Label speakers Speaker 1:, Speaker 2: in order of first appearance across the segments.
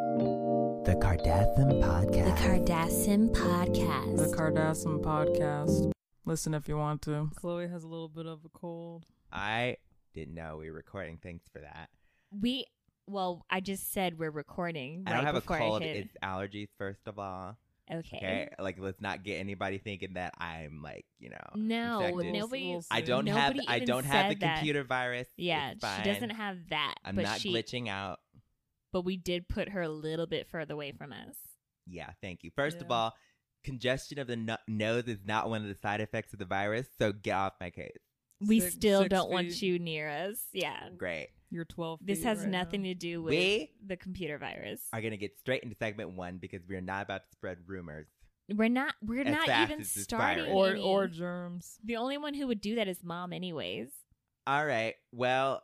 Speaker 1: The Cardassian Podcast.
Speaker 2: The Cardassian Podcast.
Speaker 3: The Cardassian Podcast. Listen if you want to. Chloe has a little bit of a cold.
Speaker 1: I didn't know we were recording. Thanks for that.
Speaker 2: we, well, I just said we're recording.
Speaker 1: I don't
Speaker 2: right
Speaker 1: have a
Speaker 2: before
Speaker 1: cold.
Speaker 2: I hit.
Speaker 1: It's allergies, first of all.
Speaker 2: okay.
Speaker 1: Okay. Like, let's not get anybody thinking that I'm like, you know.
Speaker 2: No,
Speaker 1: infected.
Speaker 2: nobody.
Speaker 3: We'll see.
Speaker 1: I don't have.
Speaker 2: Nobody
Speaker 1: I
Speaker 2: even
Speaker 1: don't have the
Speaker 2: said that.
Speaker 1: computer virus.
Speaker 2: Yeah,
Speaker 1: It's
Speaker 2: she
Speaker 1: fine.
Speaker 2: doesn't have that.
Speaker 1: I'm
Speaker 2: but
Speaker 1: not
Speaker 2: she,
Speaker 1: glitching out.
Speaker 2: But we did put her a little bit further away from us.
Speaker 1: Yeah. Thank you. First of
Speaker 3: Yeah.
Speaker 1: all, congestion of the no- nose is not one of the side effects of the virus. So get off my case.
Speaker 2: We
Speaker 3: Six-
Speaker 2: still do
Speaker 3: six
Speaker 2: don't
Speaker 3: feet.
Speaker 2: want you near us. Yeah.
Speaker 1: Great.
Speaker 3: You're 12.
Speaker 2: This
Speaker 3: feet
Speaker 2: has
Speaker 3: right
Speaker 2: nothing
Speaker 3: now.
Speaker 2: to do with
Speaker 1: We-
Speaker 2: the computer virus.
Speaker 1: Are gonna get straight into segment one because we are not about to spread rumors.
Speaker 2: We're not. We're
Speaker 1: As
Speaker 2: not
Speaker 1: fast
Speaker 2: even
Speaker 1: as this
Speaker 2: starting.
Speaker 1: virus.
Speaker 3: Or
Speaker 2: any.
Speaker 3: or germs.
Speaker 2: the only one who would do that is mom, anyways.
Speaker 1: All right. Well,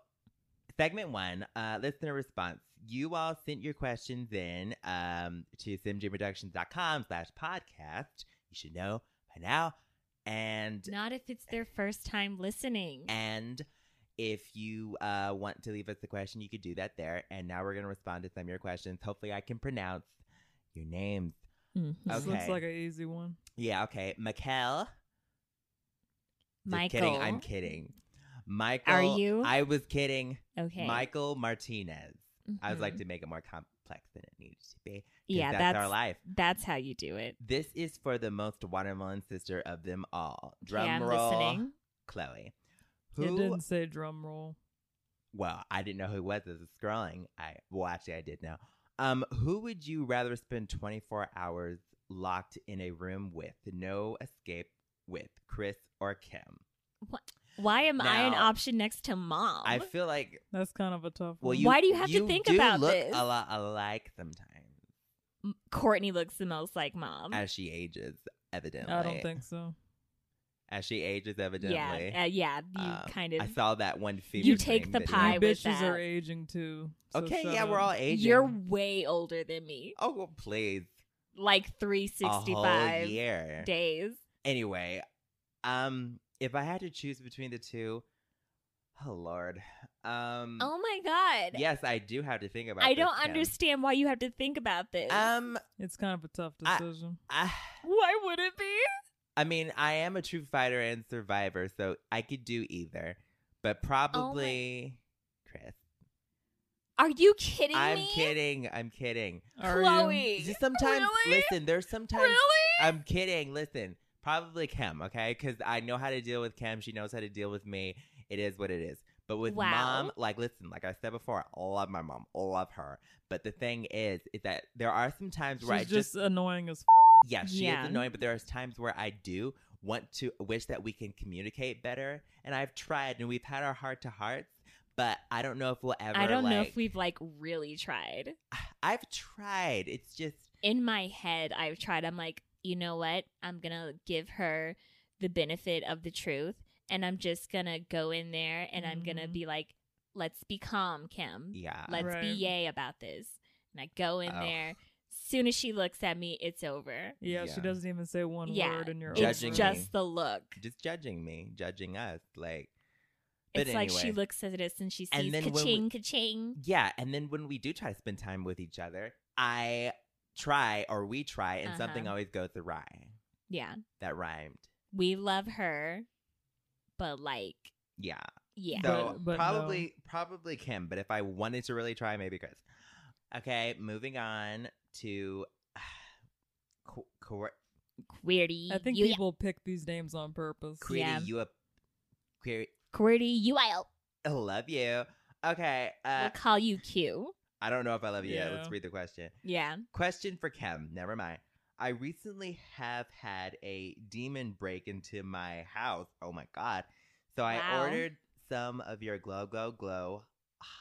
Speaker 1: segment one, uh, listener response. You all sent your questions in um, to simjproductions.com slash podcast. You should know by now. And
Speaker 2: Not if it's their first time listening.
Speaker 1: and if you uh, want to leave us a question, you could do that there. And now we're going to respond to some of your questions. Hopefully, I can pronounce your names.
Speaker 3: This looks
Speaker 1: Okay.
Speaker 3: like an easy one.
Speaker 1: Yeah, okay. Mikel. Just
Speaker 2: Mm-hmm. Michael,
Speaker 1: Kidding. I'm kidding. Michael.
Speaker 2: you?
Speaker 1: I was kidding.
Speaker 2: okay.
Speaker 1: Michael Martinez. I was like
Speaker 2: Mhm.
Speaker 1: to make it more complex than it needed to be. 'cause
Speaker 2: yeah,
Speaker 1: that's,
Speaker 2: that's
Speaker 1: our life.
Speaker 2: That's how you do it.
Speaker 1: This is for the most watermelon sister of them all. Drum
Speaker 2: okay, I'm
Speaker 1: roll,
Speaker 2: listening.
Speaker 1: Chloe.
Speaker 3: It
Speaker 1: Who?
Speaker 3: didn't say drum roll.
Speaker 1: Well, I didn't know who it was. This is scrolling. I well, actually, I did know. Um, who would you rather spend 24 hours locked in a room with, no escape with, Chris or Kim?
Speaker 2: Why am I an
Speaker 1: Now-
Speaker 2: option next to mom?
Speaker 1: I feel like
Speaker 3: That's kind of a tough
Speaker 1: well,
Speaker 3: one.
Speaker 1: you
Speaker 2: Why do you have to think
Speaker 1: do
Speaker 2: about
Speaker 1: look
Speaker 2: this?
Speaker 1: A lot alike sometimes
Speaker 2: M- Courtney looks the most like mom.
Speaker 1: as she ages, evidently.
Speaker 3: I don't think so.
Speaker 1: as she ages, evidently.
Speaker 2: yeah, uh, yeah. You
Speaker 1: Um,
Speaker 2: kind of.
Speaker 1: I saw that one fever.
Speaker 2: You take
Speaker 1: dream
Speaker 2: the
Speaker 1: video.
Speaker 2: pie
Speaker 3: you
Speaker 2: with
Speaker 3: bitches
Speaker 2: that.
Speaker 3: are aging too. so
Speaker 1: okay,
Speaker 3: shut
Speaker 1: yeah,
Speaker 3: up.
Speaker 1: we're all aging.
Speaker 2: You're way older than me.
Speaker 1: oh well, please,
Speaker 2: Like
Speaker 1: a whole
Speaker 2: 365
Speaker 1: year.
Speaker 2: days.
Speaker 1: Anyway, um, if I had to choose between the two, oh lord, um,
Speaker 2: Oh my god.
Speaker 1: yes, I do have to think about.
Speaker 2: I
Speaker 1: this,
Speaker 2: don't
Speaker 1: Kim.
Speaker 2: understand why you have to think about this.
Speaker 1: Um,
Speaker 3: It's kind of a tough
Speaker 1: I-
Speaker 3: decision.
Speaker 1: I,
Speaker 2: why would it be?
Speaker 1: I mean, I am a true fighter and survivor, so I could do either,
Speaker 2: Oh
Speaker 1: but probably Chris.
Speaker 2: Are you kidding
Speaker 1: I'm
Speaker 2: me?
Speaker 1: kidding. I'm kidding.
Speaker 3: Are you?
Speaker 2: Chloe.
Speaker 1: Just sometimes,
Speaker 2: Really?
Speaker 1: listen. There's sometimes
Speaker 2: Really?
Speaker 1: I'm kidding. Listen, probably Kim, okay? Because I know how to deal with Kim. She knows how to deal with me. It is what it is. But with
Speaker 2: Wow.
Speaker 1: mom, like, listen, like I said before, I love my mom, I love her. But the thing is, is that there are some times
Speaker 3: She's
Speaker 1: where I
Speaker 3: just,
Speaker 1: just,
Speaker 3: annoying as. F-
Speaker 1: yeah, she
Speaker 2: Yeah.
Speaker 1: is annoying, but there are times where I do want to wish that we can communicate better. And I've tried and we've had our heart to hearts, but I don't know if we'll ever.
Speaker 2: I don't know
Speaker 1: like-
Speaker 2: if we've like really tried.
Speaker 1: I've tried. It's just,
Speaker 2: in my head I've tried I'm like, you know what? I'm going to give her the benefit of the truth and I'm just going to go in there and I'm going to
Speaker 3: Mhm.
Speaker 2: be like, let's be calm, Kim.
Speaker 1: Mm-hmm. yeah.
Speaker 2: Let's be
Speaker 3: Right.
Speaker 2: yay about this. And I go in
Speaker 1: Oh.
Speaker 2: there. Soon as she looks at me, it's over.
Speaker 3: yeah,
Speaker 1: Yeah.
Speaker 3: she doesn't even say one
Speaker 2: Yeah,
Speaker 3: word, and you're
Speaker 1: Judging
Speaker 3: over
Speaker 2: it's
Speaker 3: it.
Speaker 2: just
Speaker 1: me.
Speaker 2: the look.
Speaker 1: just judging me, judging us. Like, but
Speaker 2: It's like she
Speaker 1: anyway.
Speaker 2: looks at us and she
Speaker 1: And
Speaker 2: sees
Speaker 1: then when
Speaker 2: ka-ching,
Speaker 1: we-
Speaker 2: ka-ching.
Speaker 1: Yeah, and then when we do try to spend time with each other, I try or we try, and something
Speaker 2: Uh-huh.
Speaker 1: always goes awry.
Speaker 2: Yeah.
Speaker 1: That rhymed.
Speaker 2: We love her, but like,
Speaker 1: Yeah.
Speaker 2: yeah.
Speaker 1: So
Speaker 3: But- but
Speaker 1: probably probably Kim, but if I wanted to really try, maybe Chris. Okay, moving on to Qu- Qu-
Speaker 2: Queerty.
Speaker 3: I think
Speaker 2: you,
Speaker 3: people pick these names on purpose.
Speaker 1: Queerty.
Speaker 2: Yeah.
Speaker 1: You a Queer.
Speaker 2: Queerty, you out.
Speaker 1: I love you. Okay,
Speaker 2: We'll
Speaker 1: uh,
Speaker 2: call you Q.
Speaker 1: I don't know if I love you. yet.
Speaker 3: Yeah.
Speaker 1: Let's read the question.
Speaker 2: Yeah.
Speaker 1: Question for Kim. Never mind. I recently have had a demon break into my house. Oh my god. So I
Speaker 2: Wow.
Speaker 1: ordered some of your glow glow glow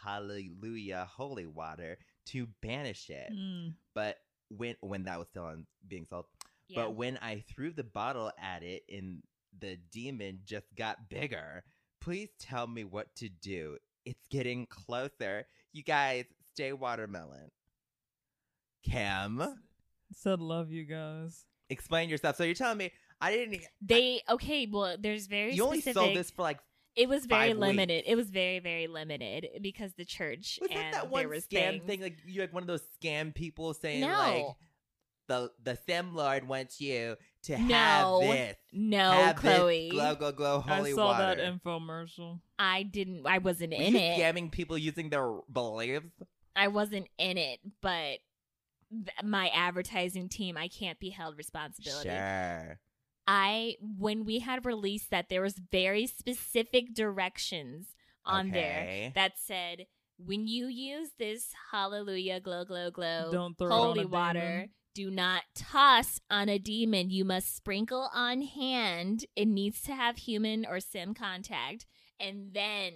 Speaker 1: hallelujah holy water to banish it.
Speaker 3: Mm.
Speaker 1: But when when that was still on being sold.
Speaker 2: Yeah.
Speaker 1: But when I threw the bottle at it and the demon just got bigger. Please tell me what to do. It's getting closer. You guys, stay watermelon. Kim.
Speaker 3: Said love you guys.
Speaker 1: explain yourself. So you're telling me I didn't. e-,
Speaker 2: they okay. Well, there's very
Speaker 1: you only
Speaker 2: specific.
Speaker 1: sold this for like
Speaker 2: It was very
Speaker 1: Five
Speaker 2: limited.
Speaker 1: weeks.
Speaker 2: It was very very limited because the church
Speaker 1: Was that
Speaker 2: and
Speaker 1: that one
Speaker 2: there was
Speaker 1: scam
Speaker 2: things.
Speaker 1: thing? Like you had one of those scam people saying
Speaker 2: No.
Speaker 1: like the the Sim Lord wants you to
Speaker 2: No.
Speaker 1: have this.
Speaker 2: No,
Speaker 1: have
Speaker 2: Chloe,
Speaker 1: This glow glow glow holy
Speaker 3: I saw
Speaker 1: water.
Speaker 3: that infomercial.
Speaker 2: I didn't. I wasn't
Speaker 1: Were
Speaker 2: in
Speaker 1: you
Speaker 2: it.
Speaker 1: scamming people using their beliefs?
Speaker 2: I wasn't in it, but th- my advertising team, I can't be held responsibility.
Speaker 1: Sure.
Speaker 2: I when we had released that there was very specific directions on there
Speaker 1: Okay.
Speaker 2: that said when you use this hallelujah glow glow glow
Speaker 3: Don't throw
Speaker 2: Oh, holy
Speaker 3: on a
Speaker 2: water
Speaker 3: demon.
Speaker 2: do not toss on a demon you must sprinkle on hand it needs to have human or sim contact and then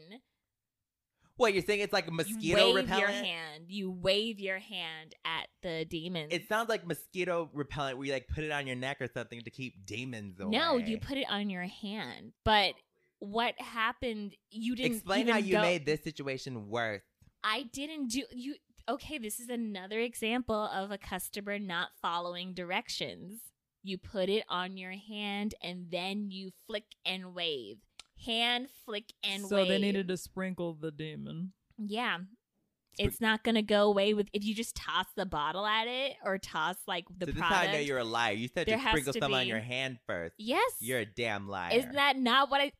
Speaker 1: What you're saying? It's like
Speaker 2: you
Speaker 1: mosquito
Speaker 2: wave
Speaker 1: repellent.
Speaker 2: your hand you wave your hand at the demon
Speaker 1: It sounds like mosquito repellent, where you like put it on your neck or something to keep demons away.
Speaker 2: No, you put it on your hand. But what happened? You didn't
Speaker 1: Explain
Speaker 2: even
Speaker 1: how you
Speaker 2: go-
Speaker 1: made this situation worse.
Speaker 2: I didn't do you. Okay, this is another example of a customer not following directions. You put it on your hand and then you flick and wave. Hand flick and
Speaker 3: so
Speaker 2: wave.
Speaker 3: they needed to sprinkle the demon.
Speaker 2: Yeah. It's not going to go away with if you just toss the bottle at it or toss like the
Speaker 1: so this
Speaker 2: product.
Speaker 1: is how I know you're a liar. You said
Speaker 2: There
Speaker 1: to
Speaker 2: has
Speaker 1: sprinkle
Speaker 2: to
Speaker 1: some on
Speaker 2: be-
Speaker 1: your hand first.
Speaker 2: yes.
Speaker 1: You're a damn liar.
Speaker 2: Is that not what I?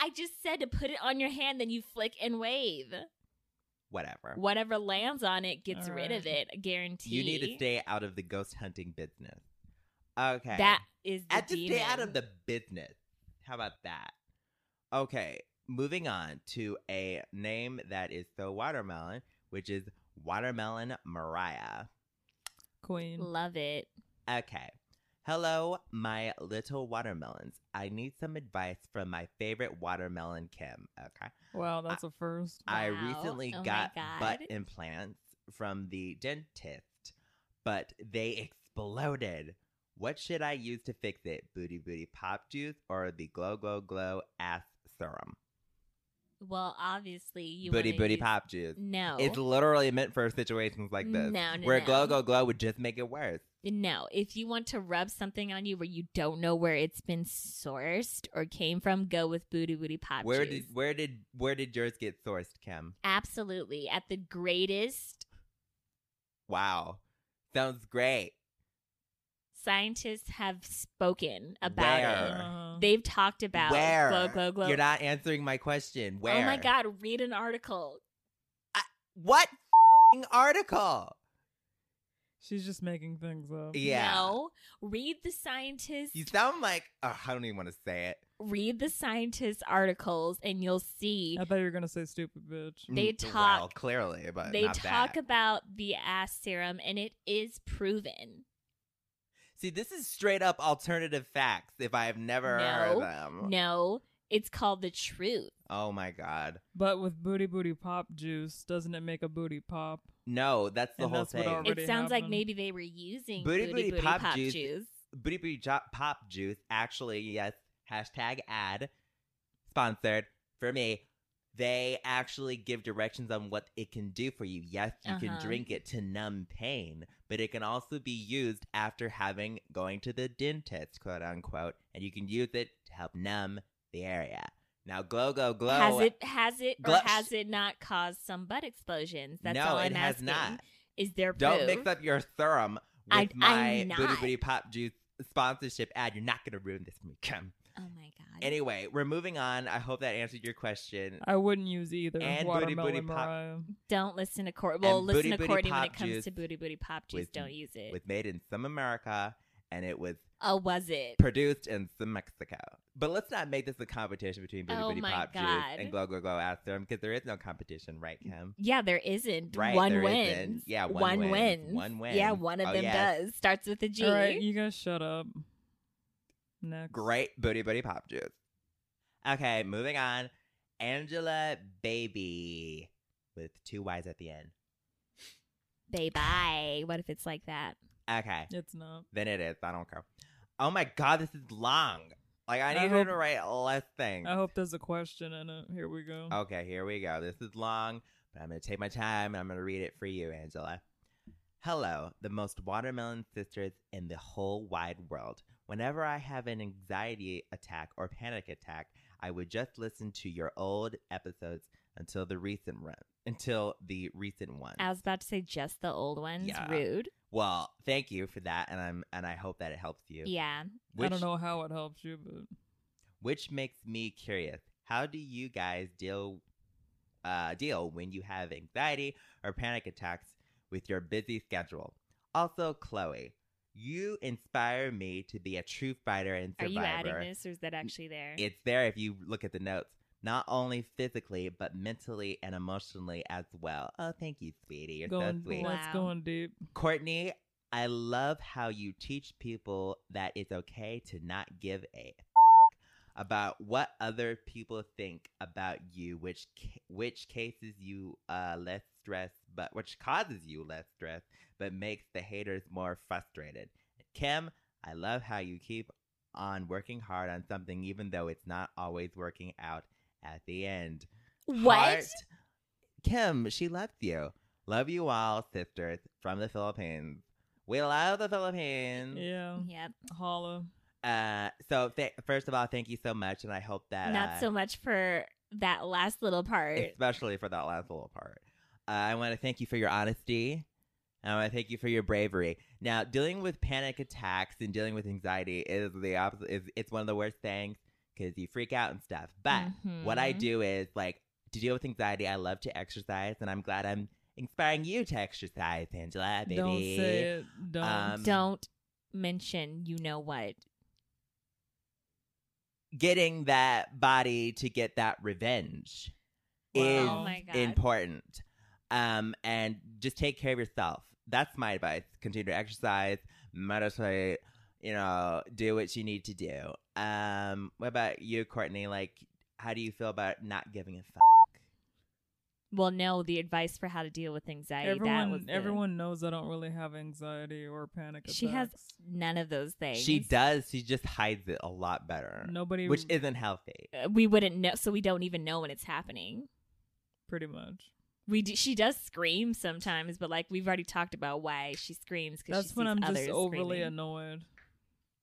Speaker 2: I just said to put it on your hand, then you flick and wave.
Speaker 1: whatever?
Speaker 2: Whatever lands on it gets
Speaker 3: All
Speaker 2: rid of
Speaker 3: right.
Speaker 2: it. Guarantee.
Speaker 1: You need to stay out of the ghost hunting business. Okay.
Speaker 2: That is the
Speaker 1: I just
Speaker 2: demon.
Speaker 1: stay out of the business. How about that? Okay, moving on to a name that is so watermelon, which is Watermelon Mariah.
Speaker 3: Queen.
Speaker 2: Love it.
Speaker 1: Okay. Hello, my little watermelons. I need some advice from my favorite watermelon, Kim. Okay.
Speaker 3: Wow, that's a first.
Speaker 1: I
Speaker 2: Wow.
Speaker 1: recently
Speaker 2: Oh my
Speaker 1: got
Speaker 2: God.
Speaker 1: butt implants from the dentist, but they exploded. What should I use to fix it? Booty booty pop juice or the glow glow glow ass serum?
Speaker 2: Well, obviously you.
Speaker 1: booty
Speaker 2: wanna
Speaker 1: booty
Speaker 2: use-
Speaker 1: pop juice.
Speaker 2: No.
Speaker 1: It's literally meant for situations like this,
Speaker 2: No, no,
Speaker 1: where
Speaker 2: no.
Speaker 1: glow glow glow would just make it worse.
Speaker 2: no. If you want to rub something on you where you don't know where it's been sourced or came from, go with Booty Booty Pop
Speaker 1: where
Speaker 2: Juice.
Speaker 1: did where did where did yours get sourced, Kim?
Speaker 2: Absolutely, at the greatest
Speaker 1: Wow, sounds great.
Speaker 2: scientists have spoken about
Speaker 1: Where?
Speaker 2: it.
Speaker 3: Uh-huh.
Speaker 2: They've talked about
Speaker 1: where?
Speaker 2: glow, glow, glow.
Speaker 1: You're not answering my question. Where?
Speaker 2: Oh my god, read an article.
Speaker 1: What f***ing article?
Speaker 3: She's just making things up.
Speaker 1: Yeah.
Speaker 2: No. Read the scientists
Speaker 1: You sound like oh, I don't even want to say it.
Speaker 2: read the scientists articles and you'll see
Speaker 3: I thought you were gonna say stupid bitch.
Speaker 2: They
Speaker 1: Mm,
Speaker 2: talk-
Speaker 1: well, clearly, but
Speaker 2: they
Speaker 1: not
Speaker 2: talk
Speaker 1: that.
Speaker 2: about the ass serum and it is proven.
Speaker 1: See, this is straight up alternative facts. If I have never
Speaker 2: No.
Speaker 1: heard them,
Speaker 2: No, it's called the truth.
Speaker 1: oh my god,
Speaker 3: But with booty booty pop juice, doesn't it make a booty pop?
Speaker 1: no, that's the
Speaker 3: And
Speaker 1: whole
Speaker 3: that's what
Speaker 1: thing.
Speaker 3: already-
Speaker 2: It sounds like
Speaker 3: happened.
Speaker 2: maybe they were using
Speaker 1: Booty
Speaker 2: booty booty,
Speaker 1: Booty Pop
Speaker 2: pop
Speaker 1: Juice.
Speaker 2: juice.
Speaker 1: Booty booty jo- pop juice. Actually, yes. Hashtag ad sponsored for me. They actually give directions on what it can do for you. Yes, you can
Speaker 2: Uh-huh.
Speaker 1: drink it to numb pain, but it can also be used after having going to the dentist, quote unquote, and you can use it to help numb the area. Now, glow, go, glow.
Speaker 2: Has it has it or
Speaker 1: Glo-
Speaker 2: has it not caused some butt explosions? That's
Speaker 1: no,
Speaker 2: all
Speaker 1: it
Speaker 2: I'm
Speaker 1: has
Speaker 2: asking.
Speaker 1: not.
Speaker 2: Is there proof?
Speaker 1: Don't mix up your serum with
Speaker 2: I- I'm
Speaker 1: my
Speaker 2: not.
Speaker 1: booty booty pop juice sponsorship ad. You're not gonna ruin this for me. Come.
Speaker 2: Oh my god.
Speaker 1: Anyway, we're moving on. I hope that answered your question.
Speaker 3: I wouldn't use either.
Speaker 1: And booty,
Speaker 3: Watermelon
Speaker 1: booty pop-
Speaker 3: Mariah.
Speaker 2: Don't listen to Courtney. Well,
Speaker 1: And
Speaker 2: listen
Speaker 1: Booty
Speaker 2: to
Speaker 1: Booty
Speaker 2: Courtney when
Speaker 1: Pop
Speaker 2: it comes
Speaker 1: Juice
Speaker 2: to booty booty pop juice.
Speaker 1: with-
Speaker 2: Don't use it.
Speaker 1: It was made in some America and it was
Speaker 2: oh, was it?
Speaker 1: produced in some Mexico. But let's not make this a competition between Booty
Speaker 2: Oh
Speaker 1: Booty
Speaker 2: my
Speaker 1: Pop
Speaker 2: God.
Speaker 1: Juice and Glow Glow Glow after them because there is no competition, right, Kim?
Speaker 2: Yeah, there isn't.
Speaker 1: Right,
Speaker 2: one
Speaker 1: there
Speaker 2: wins.
Speaker 1: isn't. Yeah, one
Speaker 2: one
Speaker 1: wins.
Speaker 2: wins.
Speaker 1: One wins.
Speaker 2: Yeah, one of
Speaker 1: Oh,
Speaker 2: them
Speaker 1: yes.
Speaker 2: does. Starts with a G.
Speaker 3: All right, you guys shut up. Next.
Speaker 1: Great Booty Booty Pop Juice. Okay, moving on. Angela Baby with two Y's at the end.
Speaker 2: Bye bye. What if it's like that?
Speaker 1: Okay,
Speaker 3: It's not.
Speaker 1: then it is. I don't care. Oh my God, this is long. Like, I
Speaker 3: I
Speaker 1: need her
Speaker 3: hope-
Speaker 1: to write less things.
Speaker 3: I hope there's a question in it. Here we go.
Speaker 1: Okay, here we go. This is long, but I'm going to take my time and I'm going to read it for you, Angela. Hello, the most watermelon sisters in the whole wide world. Whenever I have an anxiety attack or panic attack, I would just listen to your old episodes until the recent run, until the recent one.
Speaker 2: I was about to say just the old ones.
Speaker 1: Uh, Yeah.
Speaker 2: Rude.
Speaker 1: well, thank you for that, and I'm and I hope that it helps you.
Speaker 2: Yeah.
Speaker 1: Which,
Speaker 3: I don't know how it helps you, but
Speaker 1: Which makes me curious. How do you guys deal uh, deal when you have anxiety or panic attacks with your busy schedule? Also, Chloe, you inspire me to be a truth fighter and
Speaker 2: Are
Speaker 1: survivor.
Speaker 2: you adding this or is that actually there?
Speaker 1: It's there if you look at the notes. Not only physically, but mentally and emotionally as well. Oh, thank you, sweetie. You're
Speaker 3: going
Speaker 1: so sweet.
Speaker 2: Wow.
Speaker 3: that's going deep.
Speaker 1: Courtney, I love how you teach people that it's okay to not give a about what other people think about you, which ca- which cases you uh, less stress, but which causes you less stress, but makes the haters more frustrated. Kim, I love how you keep on working hard on something, even though it's not always working out at the end.
Speaker 2: what?
Speaker 1: Heart. Kim, she loves you. Love you all, sisters from the Philippines. We love the Philippines.
Speaker 3: Yeah,
Speaker 2: Yep.
Speaker 3: holla.
Speaker 1: Uh, so th- first of all, thank you so much, and I hope that uh,
Speaker 2: Not so much for that last little part.
Speaker 1: especially for that last little part. Uh, I want to thank you for your honesty. I want to thank you for your bravery. Now, dealing with panic attacks and dealing with anxiety is the opposite. Is it's one of the worst things because you freak out and stuff. But what I
Speaker 3: Mm-hmm.
Speaker 2: Mhm.
Speaker 1: do is like to deal with anxiety. I love to exercise, and I'm glad I'm inspiring you to exercise, Angela, baby.
Speaker 3: Don't say it. Don't.
Speaker 1: Um,
Speaker 2: Don't mention you know what.
Speaker 1: Getting that body to get that revenge is
Speaker 3: Wow.
Speaker 2: oh my god.
Speaker 1: important. Um, and just take care of yourself. That's my advice. Continue to exercise, meditate. You know, do what you need to do. Um, what about you, Courtney? Like, how do you feel about not giving a fuck?
Speaker 2: well, no, the advice for how to deal with anxiety. that was
Speaker 3: everyone,
Speaker 2: the-
Speaker 3: everyone knows I don't really have anxiety or panic attacks.
Speaker 2: She has none of those things.
Speaker 1: She does. She just hides it a lot better,
Speaker 3: nobody,
Speaker 1: which isn't healthy.
Speaker 2: Uh, We wouldn't know, so we don't even know when it's happening.
Speaker 3: pretty much.
Speaker 2: We do, she does scream sometimes, but like we've already talked about why she screams because
Speaker 3: That's when I'm just overly
Speaker 2: screaming.
Speaker 3: annoyed.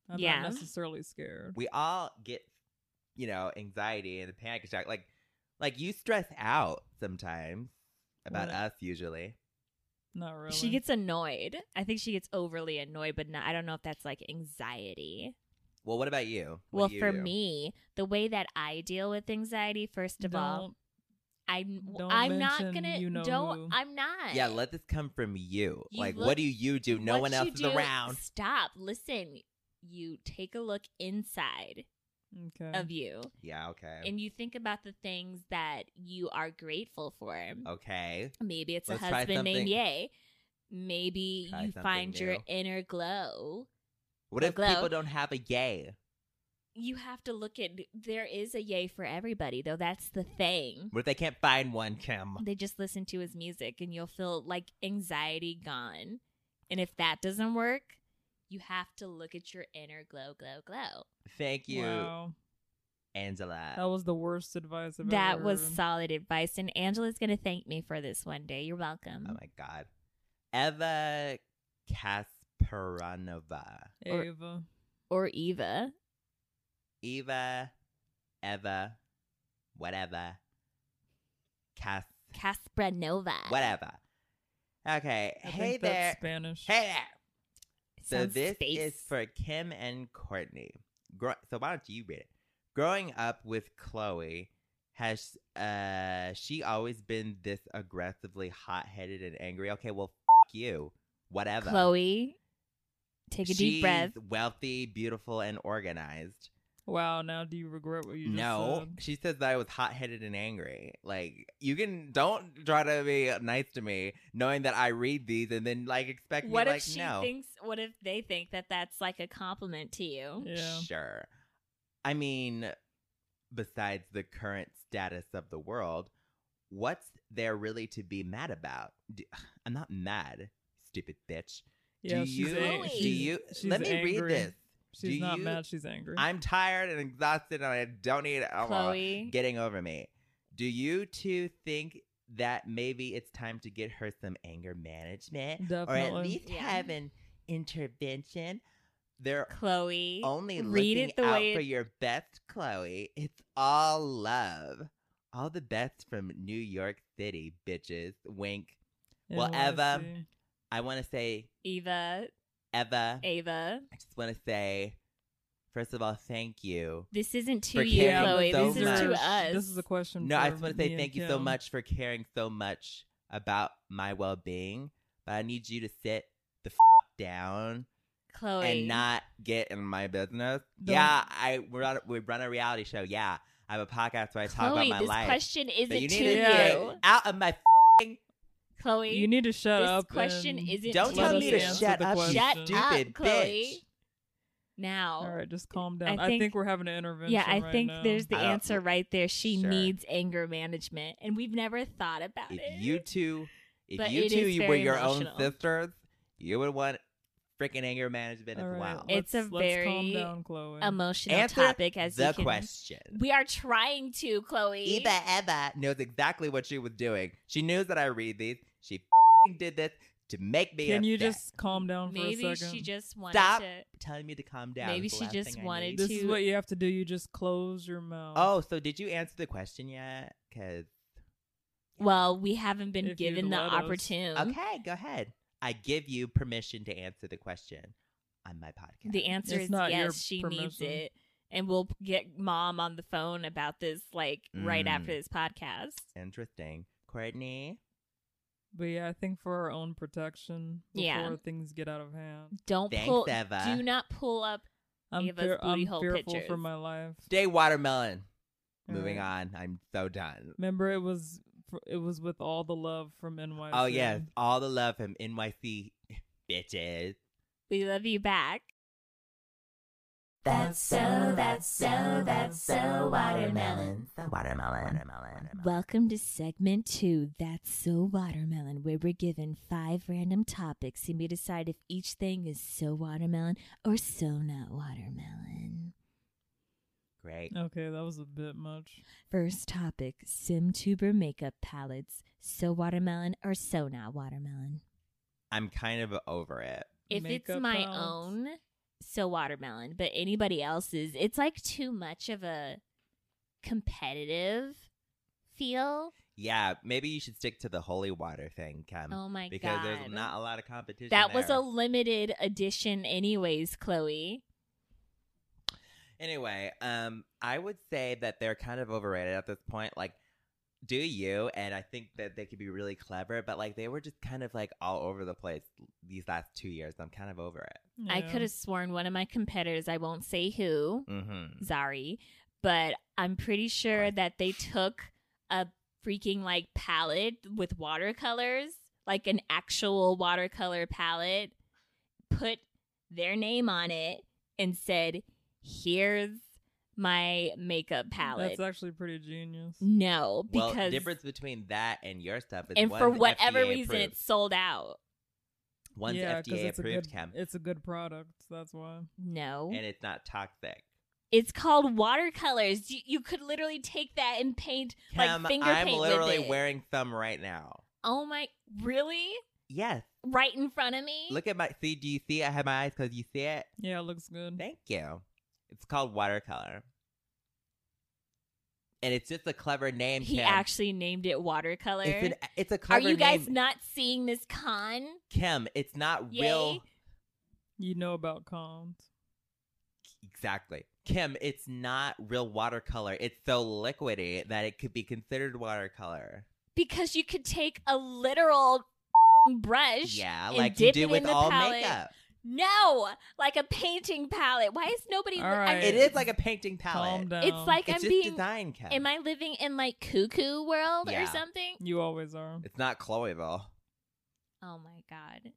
Speaker 3: I'm
Speaker 2: Yeah.
Speaker 3: not necessarily scared.
Speaker 1: We all get, you know, anxiety and a panic attack. Like, like you stress out sometimes about
Speaker 3: What?
Speaker 1: us. Usually,
Speaker 3: Not really.
Speaker 2: She gets annoyed. I think she gets overly annoyed, but not, I don't know if that's like anxiety.
Speaker 1: well, what about you? What
Speaker 2: well,
Speaker 1: do you
Speaker 2: for
Speaker 1: do?
Speaker 2: me, the way that I deal with anxiety, first of all,
Speaker 3: Don't-
Speaker 2: I'm
Speaker 3: don't
Speaker 2: I'm not
Speaker 3: mention
Speaker 2: gonna
Speaker 3: you know
Speaker 2: don't
Speaker 3: who.
Speaker 2: I'm not.
Speaker 1: Yeah, let this come from you.
Speaker 2: You
Speaker 1: like,
Speaker 2: look-
Speaker 1: what do you do? No
Speaker 2: What
Speaker 1: one
Speaker 2: you
Speaker 1: else is
Speaker 2: do-
Speaker 1: around.
Speaker 2: Stop. Listen. You take a look inside
Speaker 3: okay.
Speaker 2: of you
Speaker 1: Yeah. Okay.
Speaker 2: and you think about the things that you are grateful for.
Speaker 1: okay.
Speaker 2: Maybe it's
Speaker 1: Let's
Speaker 2: a
Speaker 1: try
Speaker 2: husband named
Speaker 1: something-
Speaker 2: Yay. Maybe
Speaker 1: Try
Speaker 2: you
Speaker 1: something
Speaker 2: find your
Speaker 1: new.
Speaker 2: inner glow.
Speaker 1: What
Speaker 2: A
Speaker 1: if
Speaker 2: glow.
Speaker 1: people don't have a yay?
Speaker 2: You have to look at there is a yay for everybody, though that's the thing.
Speaker 1: What if they can't find one, Kim?
Speaker 2: They just listen to his music and you'll feel like anxiety gone. And if that doesn't work, you have to look at your inner glow, glow, glow.
Speaker 1: Thank you,
Speaker 3: Wow,
Speaker 1: Angela.
Speaker 2: Oh,
Speaker 3: that was the worst advice I've
Speaker 2: That
Speaker 3: ever
Speaker 2: was
Speaker 3: heard.
Speaker 2: solid advice, and Angela's gonna thank me for this one day. You're welcome.
Speaker 1: Oh my god. Eva Kasparanova.
Speaker 2: or-
Speaker 3: Ava.
Speaker 2: Or Eva.
Speaker 1: Eva, Eva, whatever. Cas,
Speaker 2: Caspranova.
Speaker 1: whatever. Okay.
Speaker 3: I
Speaker 1: hey
Speaker 3: think
Speaker 1: there.
Speaker 3: That's Spanish.
Speaker 1: Hey there.
Speaker 2: It
Speaker 1: So
Speaker 2: sounds
Speaker 1: this is
Speaker 2: space.
Speaker 1: for Kim and Courtney. Gro- so why don't you read it? Growing up with Chloe, has uh she always been this aggressively hot-headed and angry? Okay, well f- you, whatever.
Speaker 2: Chloe. Take a deep
Speaker 1: She's
Speaker 2: breath.
Speaker 1: Wealthy, beautiful, and organized.
Speaker 3: Wow. Now, do you regret what you just
Speaker 1: No,
Speaker 3: said?
Speaker 1: she says that I was hot headed and angry. Like you can don't try to be nice to me, knowing that I read these and then like expect me
Speaker 2: What if
Speaker 1: like
Speaker 2: she
Speaker 1: no,
Speaker 2: thinks? What if they think that that's like a compliment to you?
Speaker 3: Yeah.
Speaker 1: sure. I mean, besides the current status of the world, what's there really to be mad about? D- I'm not mad, stupid bitch.
Speaker 3: Yeah.
Speaker 1: do
Speaker 3: she's
Speaker 1: you?
Speaker 3: ang-
Speaker 2: Chloe.
Speaker 1: do
Speaker 3: she's-
Speaker 1: you?
Speaker 3: she's
Speaker 1: Let me read
Speaker 3: angry.
Speaker 1: this.
Speaker 3: She's
Speaker 1: Do
Speaker 3: not
Speaker 1: you-
Speaker 3: mad. She's angry.
Speaker 1: I'm tired and exhausted, and I don't need. Oh, well,
Speaker 2: Chloe.
Speaker 1: getting over me. Do you two think that maybe it's time to get her some anger management or at
Speaker 3: Definitely.
Speaker 1: least
Speaker 2: Yeah.
Speaker 1: have an intervention? They're
Speaker 2: Chloe.
Speaker 1: only
Speaker 2: read
Speaker 1: looking
Speaker 2: it the
Speaker 1: out
Speaker 2: way
Speaker 1: for
Speaker 2: it-
Speaker 1: your best, Chloe. It's all love. All the best from New York City, bitches. Wink. Well,
Speaker 3: Oh,
Speaker 1: Eva-
Speaker 3: NYC.
Speaker 1: I want to say,
Speaker 2: Eva,
Speaker 1: Eva, I
Speaker 2: Ava.
Speaker 1: just want to say, first of all, thank you.
Speaker 2: This isn't to
Speaker 1: For
Speaker 2: you,
Speaker 1: caring
Speaker 2: Chloe.
Speaker 1: so
Speaker 2: this is to
Speaker 1: much.
Speaker 2: us.
Speaker 3: This is a question.
Speaker 1: No, I
Speaker 3: for
Speaker 1: just want to
Speaker 3: me
Speaker 1: say
Speaker 3: and
Speaker 1: thank you so
Speaker 3: Kim.
Speaker 1: much for caring so much about my well being. But I need you to sit the f- down
Speaker 2: Chloe.
Speaker 1: and not get in my business.
Speaker 3: Don't-
Speaker 1: Yeah, I we're on, we run a reality show. Yeah, I have a podcast where I talk about
Speaker 2: Chloe,
Speaker 1: my
Speaker 2: this
Speaker 1: life.
Speaker 2: question
Speaker 1: but
Speaker 2: isn't
Speaker 1: you
Speaker 2: to
Speaker 1: need
Speaker 2: you.
Speaker 1: to
Speaker 3: get
Speaker 1: get out of my
Speaker 2: Chloe,
Speaker 3: You need to shut
Speaker 2: this
Speaker 3: up.
Speaker 2: question
Speaker 3: and
Speaker 2: isn't
Speaker 1: Don't
Speaker 2: to
Speaker 1: tell
Speaker 2: you.
Speaker 1: me to
Speaker 2: Let us
Speaker 1: shut
Speaker 3: answer
Speaker 1: up,
Speaker 3: the
Speaker 1: you
Speaker 2: shut
Speaker 3: question.
Speaker 2: up,
Speaker 1: stupid bitch.
Speaker 2: Chloe. Now.
Speaker 3: All right, just calm down. I
Speaker 2: think-
Speaker 3: think, we're having an intervention.
Speaker 2: Yeah, I
Speaker 3: right
Speaker 2: think
Speaker 3: now.
Speaker 2: there's the
Speaker 1: I don't-
Speaker 2: answer right there. She
Speaker 1: Sure.
Speaker 2: needs anger management, and we've never thought about it.
Speaker 1: If you two, if
Speaker 2: But
Speaker 1: you
Speaker 2: it
Speaker 1: two
Speaker 2: is
Speaker 1: you were
Speaker 2: very
Speaker 1: your
Speaker 2: emotional.
Speaker 1: own sisters, you would want freaking anger management
Speaker 3: All
Speaker 1: as
Speaker 3: right,
Speaker 1: well.
Speaker 2: It's
Speaker 3: let's-
Speaker 2: a
Speaker 3: let's
Speaker 2: very
Speaker 3: calm down, Chloe.
Speaker 2: Emotional
Speaker 1: Answer
Speaker 2: topic, as
Speaker 1: the
Speaker 2: you can.
Speaker 1: question.
Speaker 2: We are trying to, Chloe.
Speaker 1: Eva Eva knows exactly what she was doing. She knew that I read these. She fing did this to make me.
Speaker 3: Can you
Speaker 1: upset.
Speaker 3: just calm down for
Speaker 2: Maybe
Speaker 3: a second?
Speaker 2: she just wanted
Speaker 1: Stop.
Speaker 2: to.
Speaker 1: telling me to calm down?
Speaker 2: Maybe
Speaker 1: is the
Speaker 2: she
Speaker 1: last
Speaker 2: just
Speaker 1: thing I
Speaker 2: wanted
Speaker 1: need.
Speaker 2: to-
Speaker 3: this is what you have to do. You just close your mouth.
Speaker 1: Oh, so did you answer the question yet? Because
Speaker 2: Well, we haven't been
Speaker 3: If you'd
Speaker 2: given the
Speaker 3: let us.
Speaker 2: opportunity.
Speaker 1: okay, go ahead. I give you permission to answer the question on my podcast.
Speaker 2: The answer
Speaker 3: It's
Speaker 2: is
Speaker 3: not your
Speaker 2: yes. She needs
Speaker 3: permission.
Speaker 2: it, and we'll get mom on the phone about this, like right
Speaker 1: Mm.
Speaker 2: after this podcast.
Speaker 1: Interesting, Courtney.
Speaker 3: But yeah, I think for our own protection before
Speaker 2: Yeah.
Speaker 3: things get out of hand.
Speaker 2: Don't
Speaker 1: Thanks,
Speaker 2: pull.
Speaker 1: Eva.
Speaker 2: Do not pull up.
Speaker 3: I'm,
Speaker 2: Give us
Speaker 3: fear-
Speaker 2: booty
Speaker 3: I'm
Speaker 2: hole
Speaker 3: fearful for
Speaker 2: pictures.
Speaker 3: my life.
Speaker 1: Stay watermelon.
Speaker 3: All
Speaker 1: Moving
Speaker 3: right.
Speaker 1: on. I'm so done.
Speaker 3: Remember, it was fr- it was with all the love from NYC.
Speaker 1: Oh yes, all the love from NYC bitches.
Speaker 2: We love you back.
Speaker 4: That's so, that's so, that's so watermelon.
Speaker 1: The watermelon. Watermelon.
Speaker 2: Welcome to segment two, That's So Watermelon, where we're given five random topics and we decide if each thing is so watermelon or so not watermelon.
Speaker 1: Great.
Speaker 3: Okay, that was a bit much.
Speaker 2: First topic SimTuber makeup palettes, so watermelon or so not watermelon.
Speaker 1: I'm kind of over it.
Speaker 2: If
Speaker 3: Makeup
Speaker 2: it's my
Speaker 3: palettes.
Speaker 2: own, so watermelon, but anybody else's, it's like too much of a competitive feel.
Speaker 1: Yeah, maybe you should stick to the holy water thing, Kim.
Speaker 2: Oh my
Speaker 1: Um, because
Speaker 2: god.
Speaker 1: there's not a lot of competition.
Speaker 2: That was
Speaker 1: there.
Speaker 2: a limited edition, anyways, Chloe.
Speaker 1: Anyway, um, I would say that they're kind of overrated at this point. Like, do you? And I think that they could be really clever, but like they were just kind of like all over the place these last two years. I'm kind of over it.
Speaker 2: I
Speaker 3: Yeah.
Speaker 2: could have sworn one of my competitors, I won't say who,
Speaker 1: Mm-hmm.
Speaker 2: sorry, but I'm pretty sure
Speaker 1: Right.
Speaker 2: that they took a freaking like palette with watercolors, like an actual watercolor palette, put their name on it, and said, Here's my makeup palette.
Speaker 3: That's actually pretty genius.
Speaker 2: no,
Speaker 1: Well,
Speaker 2: because.
Speaker 1: the difference between that and your stuff is
Speaker 2: and
Speaker 1: one's
Speaker 2: for whatever
Speaker 1: FDA
Speaker 2: reason,
Speaker 1: approved.
Speaker 2: it's sold out.
Speaker 1: one's
Speaker 3: yeah, 'cause
Speaker 1: FDA
Speaker 3: it's a good,
Speaker 1: approved, Kim,
Speaker 3: it's a good product. That's why.
Speaker 2: No.
Speaker 1: and it's not toxic.
Speaker 2: It's called watercolors. You, you could literally take that and paint
Speaker 1: Kim,
Speaker 2: like finger
Speaker 1: Um, I'm
Speaker 2: paint
Speaker 1: literally
Speaker 2: with it.
Speaker 1: wearing some right now.
Speaker 2: oh my! Really?
Speaker 1: Yes,
Speaker 2: Right in front of me?
Speaker 1: look at my. See, do you see? I have my eyes because you see it.
Speaker 3: Yeah, it looks good.
Speaker 1: Thank you. It's called watercolor. And it's just a clever name.
Speaker 2: he
Speaker 1: Kim.
Speaker 2: actually named it watercolor.
Speaker 1: It's, an, it's a
Speaker 2: Are
Speaker 1: clever
Speaker 2: you guys
Speaker 1: name.
Speaker 2: not seeing this con?
Speaker 1: Kim, it's not
Speaker 2: Yay.
Speaker 1: real.
Speaker 3: You know about calms.
Speaker 1: Exactly. Kim, it's not real watercolor. It's so liquidy that it could be considered watercolor.
Speaker 2: Because you could take a literal brush.
Speaker 1: Yeah,
Speaker 2: and
Speaker 1: like you
Speaker 2: dip
Speaker 1: do
Speaker 2: it
Speaker 1: with
Speaker 2: in the
Speaker 1: all
Speaker 2: palette.
Speaker 1: makeup.
Speaker 2: No, like a painting palette. Why is nobody?
Speaker 3: All right.
Speaker 1: It is like a painting
Speaker 3: Calm
Speaker 1: palette.
Speaker 3: down.
Speaker 2: It's like
Speaker 1: It's
Speaker 2: I'm
Speaker 1: just
Speaker 2: being.
Speaker 1: design, Kim.
Speaker 2: Am I living in like cuckoo world or
Speaker 1: Yeah.
Speaker 2: something?
Speaker 3: you always are.
Speaker 1: It's not Chloeville.
Speaker 2: Oh my god.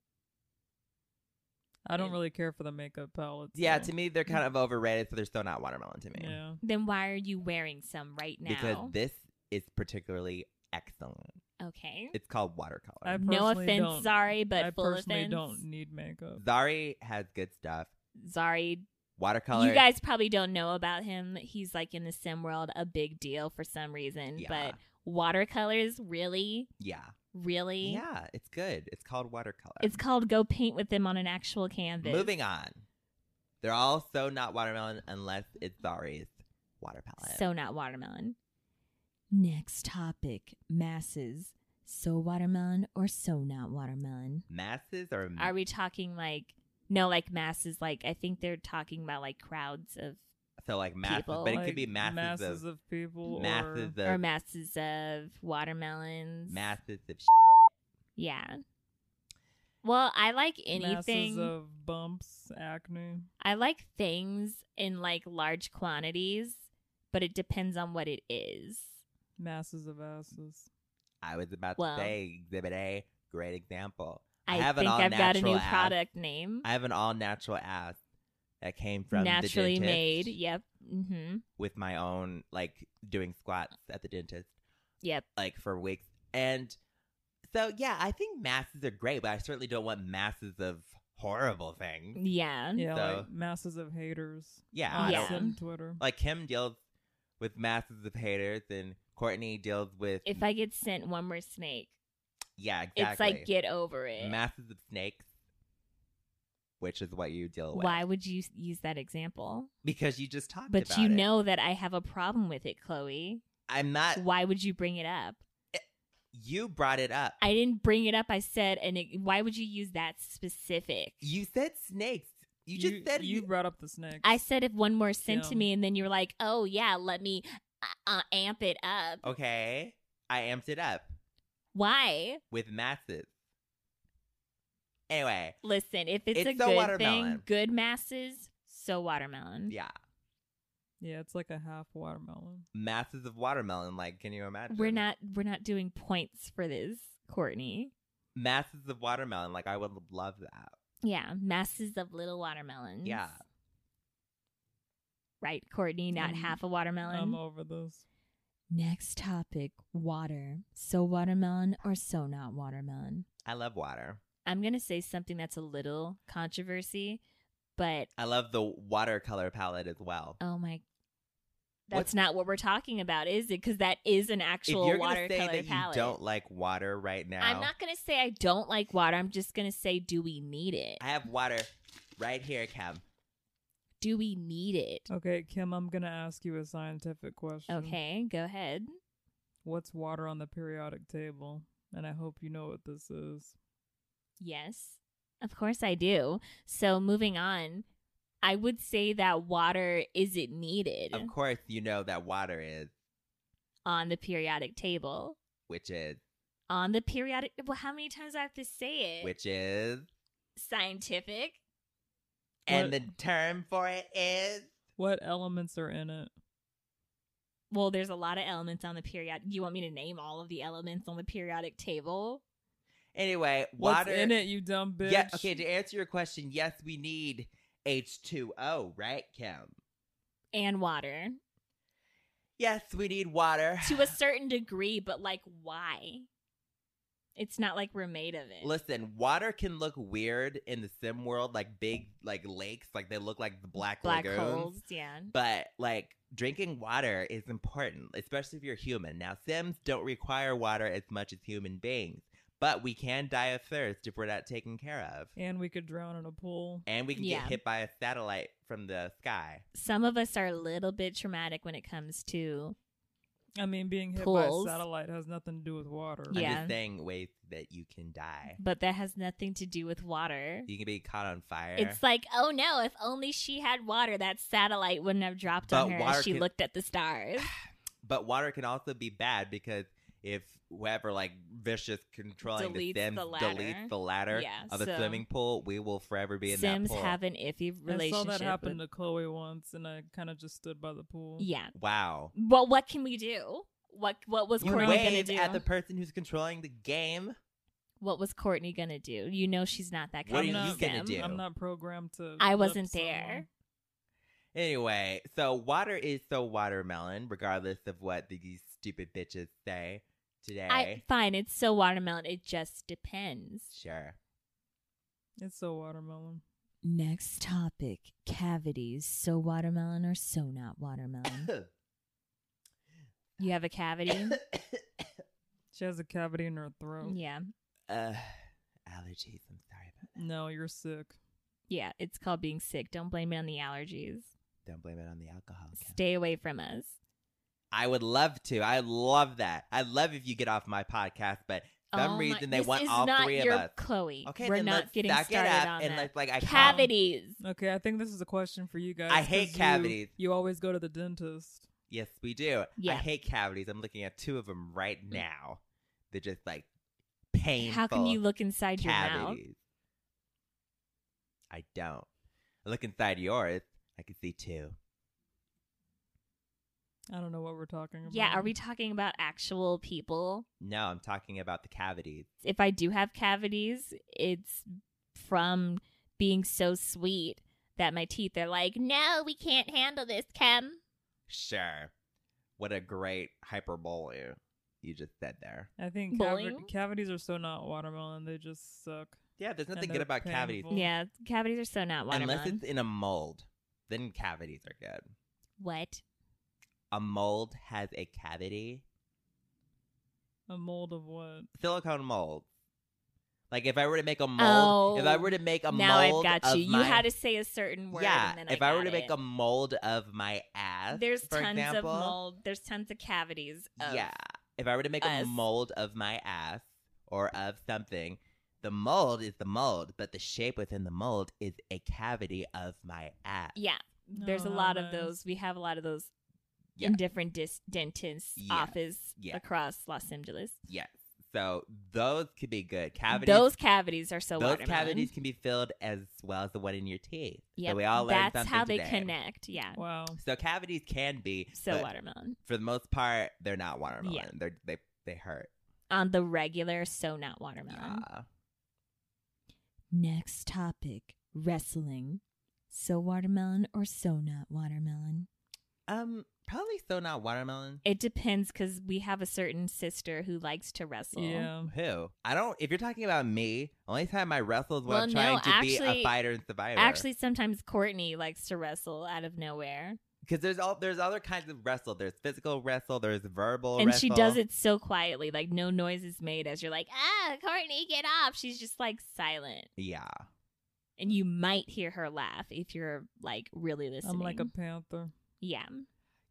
Speaker 3: I don't
Speaker 2: it-
Speaker 3: really care for the makeup palettes.
Speaker 1: Yeah,
Speaker 3: though.
Speaker 1: to me, they're kind of overrated, so they're still not watermelon to me.
Speaker 3: Yeah.
Speaker 2: Then why are you wearing some right now?
Speaker 1: Because this is particularly excellent.
Speaker 2: okay.
Speaker 1: It's called watercolor.
Speaker 3: I
Speaker 2: No
Speaker 3: personally
Speaker 2: offense,
Speaker 3: don't-
Speaker 2: sorry, but
Speaker 3: I
Speaker 2: full
Speaker 3: personally
Speaker 2: offense.
Speaker 3: don't need makeup.
Speaker 1: Zari has good stuff.
Speaker 2: Sorry.
Speaker 1: Watercolor.
Speaker 2: You guys probably don't know about him. He's like in the sim world a big deal for some reason.
Speaker 1: Yeah.
Speaker 2: But watercolors, really?
Speaker 1: Yeah.
Speaker 2: Really?
Speaker 1: Yeah, it's good. It's called watercolor.
Speaker 2: It's called Go Paint with Them on an Actual Canvas.
Speaker 1: Moving on. They're all so not watermelon unless it's Zari's water palette.
Speaker 2: So not watermelon. Next topic: masses. So watermelon or so not watermelon?
Speaker 1: masses or
Speaker 2: Are we talking like no, like masses? Like I think they're talking about like crowds of
Speaker 1: so like masses,
Speaker 2: people?
Speaker 1: but it
Speaker 3: Like,
Speaker 1: could be masses,
Speaker 3: masses
Speaker 1: of,
Speaker 3: of people.
Speaker 1: masses
Speaker 3: or,
Speaker 1: of
Speaker 2: or masses of watermelons.
Speaker 1: masses of sh-
Speaker 2: Yeah. Well, I like
Speaker 3: Masses
Speaker 2: anything.
Speaker 3: of bumps, acne.
Speaker 2: I like things in like large quantities, but it depends on what it is.
Speaker 3: Masses of asses.
Speaker 1: I was about
Speaker 2: Well.
Speaker 1: to say Exhibit A, great example. I
Speaker 2: I,
Speaker 1: have an
Speaker 2: think I've got a
Speaker 1: all-natural
Speaker 2: new
Speaker 1: ass.
Speaker 2: product name.
Speaker 1: I have an all natural ass that came from the
Speaker 2: Naturally
Speaker 1: dentist
Speaker 2: made. Yep. Mm-hmm.
Speaker 1: with my own like doing squats at the dentist
Speaker 2: Yep.
Speaker 1: like for weeks and so yeah, I think masses are great, but I certainly don't want masses of horrible things.
Speaker 2: Yeah.
Speaker 3: Yeah,
Speaker 1: So-
Speaker 3: like masses of haters.
Speaker 1: Yeah,
Speaker 3: on
Speaker 1: I
Speaker 2: Yeah.
Speaker 1: don't
Speaker 3: some Twitter.
Speaker 1: like Kim deals with masses of haters, and Courtney deals with
Speaker 2: If I get sent one more snake,
Speaker 1: yeah, exactly.
Speaker 2: it's like get over it.
Speaker 1: masses of snakes, which is what you deal with.
Speaker 2: Why would you s- use that example?
Speaker 1: Because you just talked
Speaker 2: But
Speaker 1: about
Speaker 2: you
Speaker 1: it.
Speaker 2: know that I have a problem with it, Chloe.
Speaker 1: I'm not.
Speaker 2: Why would you bring it up?
Speaker 1: You brought it up.
Speaker 2: I didn't bring it up. I said, and it, why would you use that specific?
Speaker 1: you said snakes. You just said
Speaker 3: you brought up the snakes.
Speaker 2: I said, if one more sent to
Speaker 3: Yeah.
Speaker 2: me, and then you're like, oh yeah, let me uh, uh, amp it up.
Speaker 1: Okay, I amped it up
Speaker 2: Why?
Speaker 1: with masses. Anyway,
Speaker 2: Listen, if it's,
Speaker 1: It's
Speaker 2: a
Speaker 1: so
Speaker 2: good
Speaker 1: watermelon.
Speaker 2: thing, good masses, so watermelon.
Speaker 1: yeah,
Speaker 3: Yeah, it's like a half watermelon.
Speaker 1: masses of watermelon. Like, can you imagine?
Speaker 2: We're not we're not doing points for this, Courtney.
Speaker 1: masses of watermelon. Like, I would love that.
Speaker 2: Yeah, masses of little watermelons.
Speaker 1: Yeah.
Speaker 2: Right, Courtney, not
Speaker 1: Mm-hmm.
Speaker 3: I'm-
Speaker 2: half a watermelon.
Speaker 3: I'm over this.
Speaker 2: Next topic, water. So watermelon or so not watermelon?
Speaker 1: I love water.
Speaker 2: I'm going to say something that's a little controversy, but
Speaker 1: I love the watercolor palette as well.
Speaker 2: oh my that's
Speaker 1: What's-
Speaker 2: not what we're talking about, is it? Because that is an actual
Speaker 1: if you're gonna say
Speaker 2: watercolor
Speaker 1: that
Speaker 2: palette.
Speaker 1: you don't like water right now,
Speaker 2: I'm not gonna say I don't like water. I'm just gonna say, do we need it?
Speaker 1: I have water right here, Cam.
Speaker 2: Do we need it?
Speaker 1: Oh,
Speaker 3: Okay, Kim, I'm gonna ask you a scientific question.
Speaker 2: Okay, go ahead.
Speaker 3: What's water on the periodic table? And I hope you know what this is.
Speaker 2: Yes, of course I do. So moving on, I would say that water isn't needed
Speaker 1: Of course, you know that water is,
Speaker 2: on the periodic table.
Speaker 1: which is,
Speaker 2: On the periodic, well, how many times do I have to say it?
Speaker 1: which is,
Speaker 2: Scientific.
Speaker 1: and
Speaker 3: What-
Speaker 1: the term for it is.
Speaker 3: What elements are in it?
Speaker 2: Well, there's a lot of elements on the periodic. You want me to name all of the elements on the periodic table?
Speaker 1: Anyway,
Speaker 3: What's
Speaker 1: water
Speaker 3: in it, you dumb bitch?
Speaker 1: Yeah. Okay. To answer your question, yes, we need H two O, right, Kim?
Speaker 2: And water
Speaker 1: Yes, we need water.
Speaker 2: to a certain degree, but like, why? It's not like we're made of it.
Speaker 1: Listen, water can look weird in the sim world, like big like lakes, like they look like the black,
Speaker 2: Black
Speaker 1: lagoons.
Speaker 2: holes, yeah.
Speaker 1: But like drinking water is important, especially if you're human. Now, Sims don't require water as much as human beings, but we can die of thirst if we're not taken care of.
Speaker 3: And we could drown in a pool.
Speaker 1: And we can
Speaker 2: Yeah.
Speaker 1: get hit by a satellite from the sky.
Speaker 2: Some of us are a little bit traumatic when it comes to
Speaker 3: I mean, being hit
Speaker 2: Pools.
Speaker 3: by a satellite has nothing to do with water.
Speaker 2: Yeah.
Speaker 1: I'm just saying ways that you can die.
Speaker 2: but that has nothing to do with water.
Speaker 1: You can be caught on fire.
Speaker 2: It's like, oh no, if only she had water, that satellite wouldn't have dropped on
Speaker 1: But
Speaker 2: her
Speaker 1: water
Speaker 2: as she
Speaker 1: can-
Speaker 2: looked at the stars.
Speaker 1: but water can also be bad because if whoever like vicious controlling
Speaker 2: Deletes
Speaker 1: the Sims
Speaker 2: the ladder.
Speaker 1: deletes the ladder
Speaker 2: Yeah,
Speaker 1: of the
Speaker 2: so-
Speaker 1: swimming pool, we will forever be in
Speaker 2: Sims
Speaker 1: that pool.
Speaker 2: have an iffy
Speaker 3: I saw
Speaker 2: relationship.
Speaker 3: that happen
Speaker 2: with-
Speaker 3: to Chloe once, and I kind of just stood by the pool.
Speaker 2: yeah.
Speaker 1: wow.
Speaker 2: Well, what can we do? What what was
Speaker 1: You
Speaker 2: Courtney gonna
Speaker 1: wave
Speaker 2: do?
Speaker 1: at the person who's controlling the game.
Speaker 2: what was Courtney gonna do? You know she's not that
Speaker 1: What
Speaker 2: kind
Speaker 1: are
Speaker 2: of
Speaker 3: you
Speaker 2: Sim.
Speaker 1: gonna do?
Speaker 3: I'm not programmed to.
Speaker 2: I
Speaker 3: lip
Speaker 2: wasn't
Speaker 3: someone.
Speaker 2: there.
Speaker 1: Anyway, so water is so watermelon, regardless of what these stupid bitches say today.
Speaker 2: I fine, it's so watermelon. It just depends.
Speaker 1: sure.
Speaker 3: It's so watermelon.
Speaker 2: Next topic cavities. So watermelon or so not watermelon? you have a cavity?
Speaker 3: She has a cavity in her throat.
Speaker 2: yeah.
Speaker 1: uh, allergies. I'm sorry about that.
Speaker 3: No, you're sick.
Speaker 2: Yeah, it's called being sick. Don't blame it on the allergies.
Speaker 1: Don't blame it on the alcohol. Kel.
Speaker 2: Stay away from us.
Speaker 1: I would love to. I love that. I love if you get off my podcast, but
Speaker 2: Oh
Speaker 1: some
Speaker 2: my-
Speaker 1: reason they
Speaker 2: this
Speaker 1: want
Speaker 2: is
Speaker 1: all
Speaker 2: not
Speaker 1: three of
Speaker 2: your
Speaker 1: us.
Speaker 2: Chloe.
Speaker 1: Okay,
Speaker 2: we're
Speaker 1: then
Speaker 2: not
Speaker 1: let's
Speaker 2: getting
Speaker 1: suck
Speaker 2: started
Speaker 1: it up
Speaker 2: on
Speaker 1: and
Speaker 2: that.
Speaker 1: let's like I can't-
Speaker 2: Cavities.
Speaker 3: Okay, I think this is a question for you guys.
Speaker 1: I hate
Speaker 3: 'cause you-
Speaker 1: cavities.
Speaker 3: You, always go to the dentist.
Speaker 1: Yes, we do. I
Speaker 2: Yeah. Mm.
Speaker 1: hate cavities. I'm looking at two of them right now. They're just like painful.
Speaker 2: How can you look inside
Speaker 1: cavities?
Speaker 2: your mouth?
Speaker 1: I don't. I look inside yours. I can see two.
Speaker 3: I don't know what we're talking about.
Speaker 2: Yeah, are we talking about actual people?
Speaker 1: No, I'm talking about the cavities.
Speaker 2: If I do have cavities, it's from being so sweet that my teeth are like, no, we can't handle this, Kem.
Speaker 1: Sure. What a great hyperbole you just said there.
Speaker 3: I think cavi-
Speaker 2: Bullying?
Speaker 3: cavities are so not watermelon. They just suck.
Speaker 1: Yeah, there's nothing
Speaker 3: they're
Speaker 1: good about cavities.
Speaker 3: painful.
Speaker 2: Yeah, cavities are so not watermelon.
Speaker 1: Unless it's in a mold, then cavities are good.
Speaker 2: what?
Speaker 1: A mold has a cavity.
Speaker 3: A mold of what?
Speaker 1: Silicone mold. Like if I were to make a mold, if I
Speaker 2: Oh,
Speaker 1: were to make a
Speaker 2: now I've
Speaker 1: mold
Speaker 2: got
Speaker 1: of
Speaker 2: you. You
Speaker 1: my-
Speaker 2: had to say a certain word.
Speaker 1: yeah,
Speaker 2: and then
Speaker 1: if
Speaker 2: I,
Speaker 1: I, were
Speaker 2: got
Speaker 1: to make
Speaker 2: it.
Speaker 1: a mold of my ass,
Speaker 2: there's
Speaker 1: for
Speaker 2: tons
Speaker 1: example,
Speaker 2: of mold. There's tons of cavities. Of
Speaker 1: yeah, if I were to make a
Speaker 2: us.
Speaker 1: mold of my ass or of something, the mold is the mold, but the shape within the mold is a cavity of my ass.
Speaker 2: Yeah. There's a
Speaker 3: Oh, how
Speaker 2: lot of
Speaker 3: nice.
Speaker 2: those. We have a lot of those
Speaker 1: Yeah.
Speaker 2: in different dis- dentists'
Speaker 1: Yeah.
Speaker 2: office
Speaker 1: Yeah.
Speaker 2: across Los Angeles.
Speaker 1: Yes, so those could be good cavities.
Speaker 2: those cavities are so
Speaker 1: those
Speaker 2: watermelon.
Speaker 1: cavities can be filled as well as the one in your teeth.
Speaker 2: Yep.
Speaker 1: So we all learned
Speaker 2: That's
Speaker 1: something
Speaker 2: how they
Speaker 1: today.
Speaker 2: connect. Yeah.
Speaker 3: Wow.
Speaker 1: So cavities can be
Speaker 2: So
Speaker 1: but
Speaker 2: watermelon
Speaker 1: For the most part, they're not watermelon.
Speaker 2: Yeah.
Speaker 1: They're, they they hurt.
Speaker 2: on the regular, so not watermelon.
Speaker 1: Yeah.
Speaker 2: Next topic: wrestling. So watermelon or so not watermelon?
Speaker 1: Um, probably so not watermelon.
Speaker 2: It depends because we have a certain sister who likes to wrestle.
Speaker 3: Yeah.
Speaker 1: Who? I don't. If you're talking about me, only time I wrestle is when
Speaker 2: Well,
Speaker 1: I'm
Speaker 2: no,
Speaker 1: trying to be a
Speaker 2: actually-
Speaker 1: fighter and survivor.
Speaker 2: Actually, sometimes Courtney likes to wrestle out of nowhere,
Speaker 1: because there's all there's other kinds of wrestle. There's physical wrestle. There's verbal.
Speaker 2: and she
Speaker 1: wrestle.
Speaker 2: does it so quietly, like no noise is made as you're like, "Ah, Courtney, get off!" She's just like silent,
Speaker 1: Yeah.
Speaker 2: and you might hear her laugh if you're like really listening.
Speaker 3: I'm like a panther.
Speaker 2: yeah,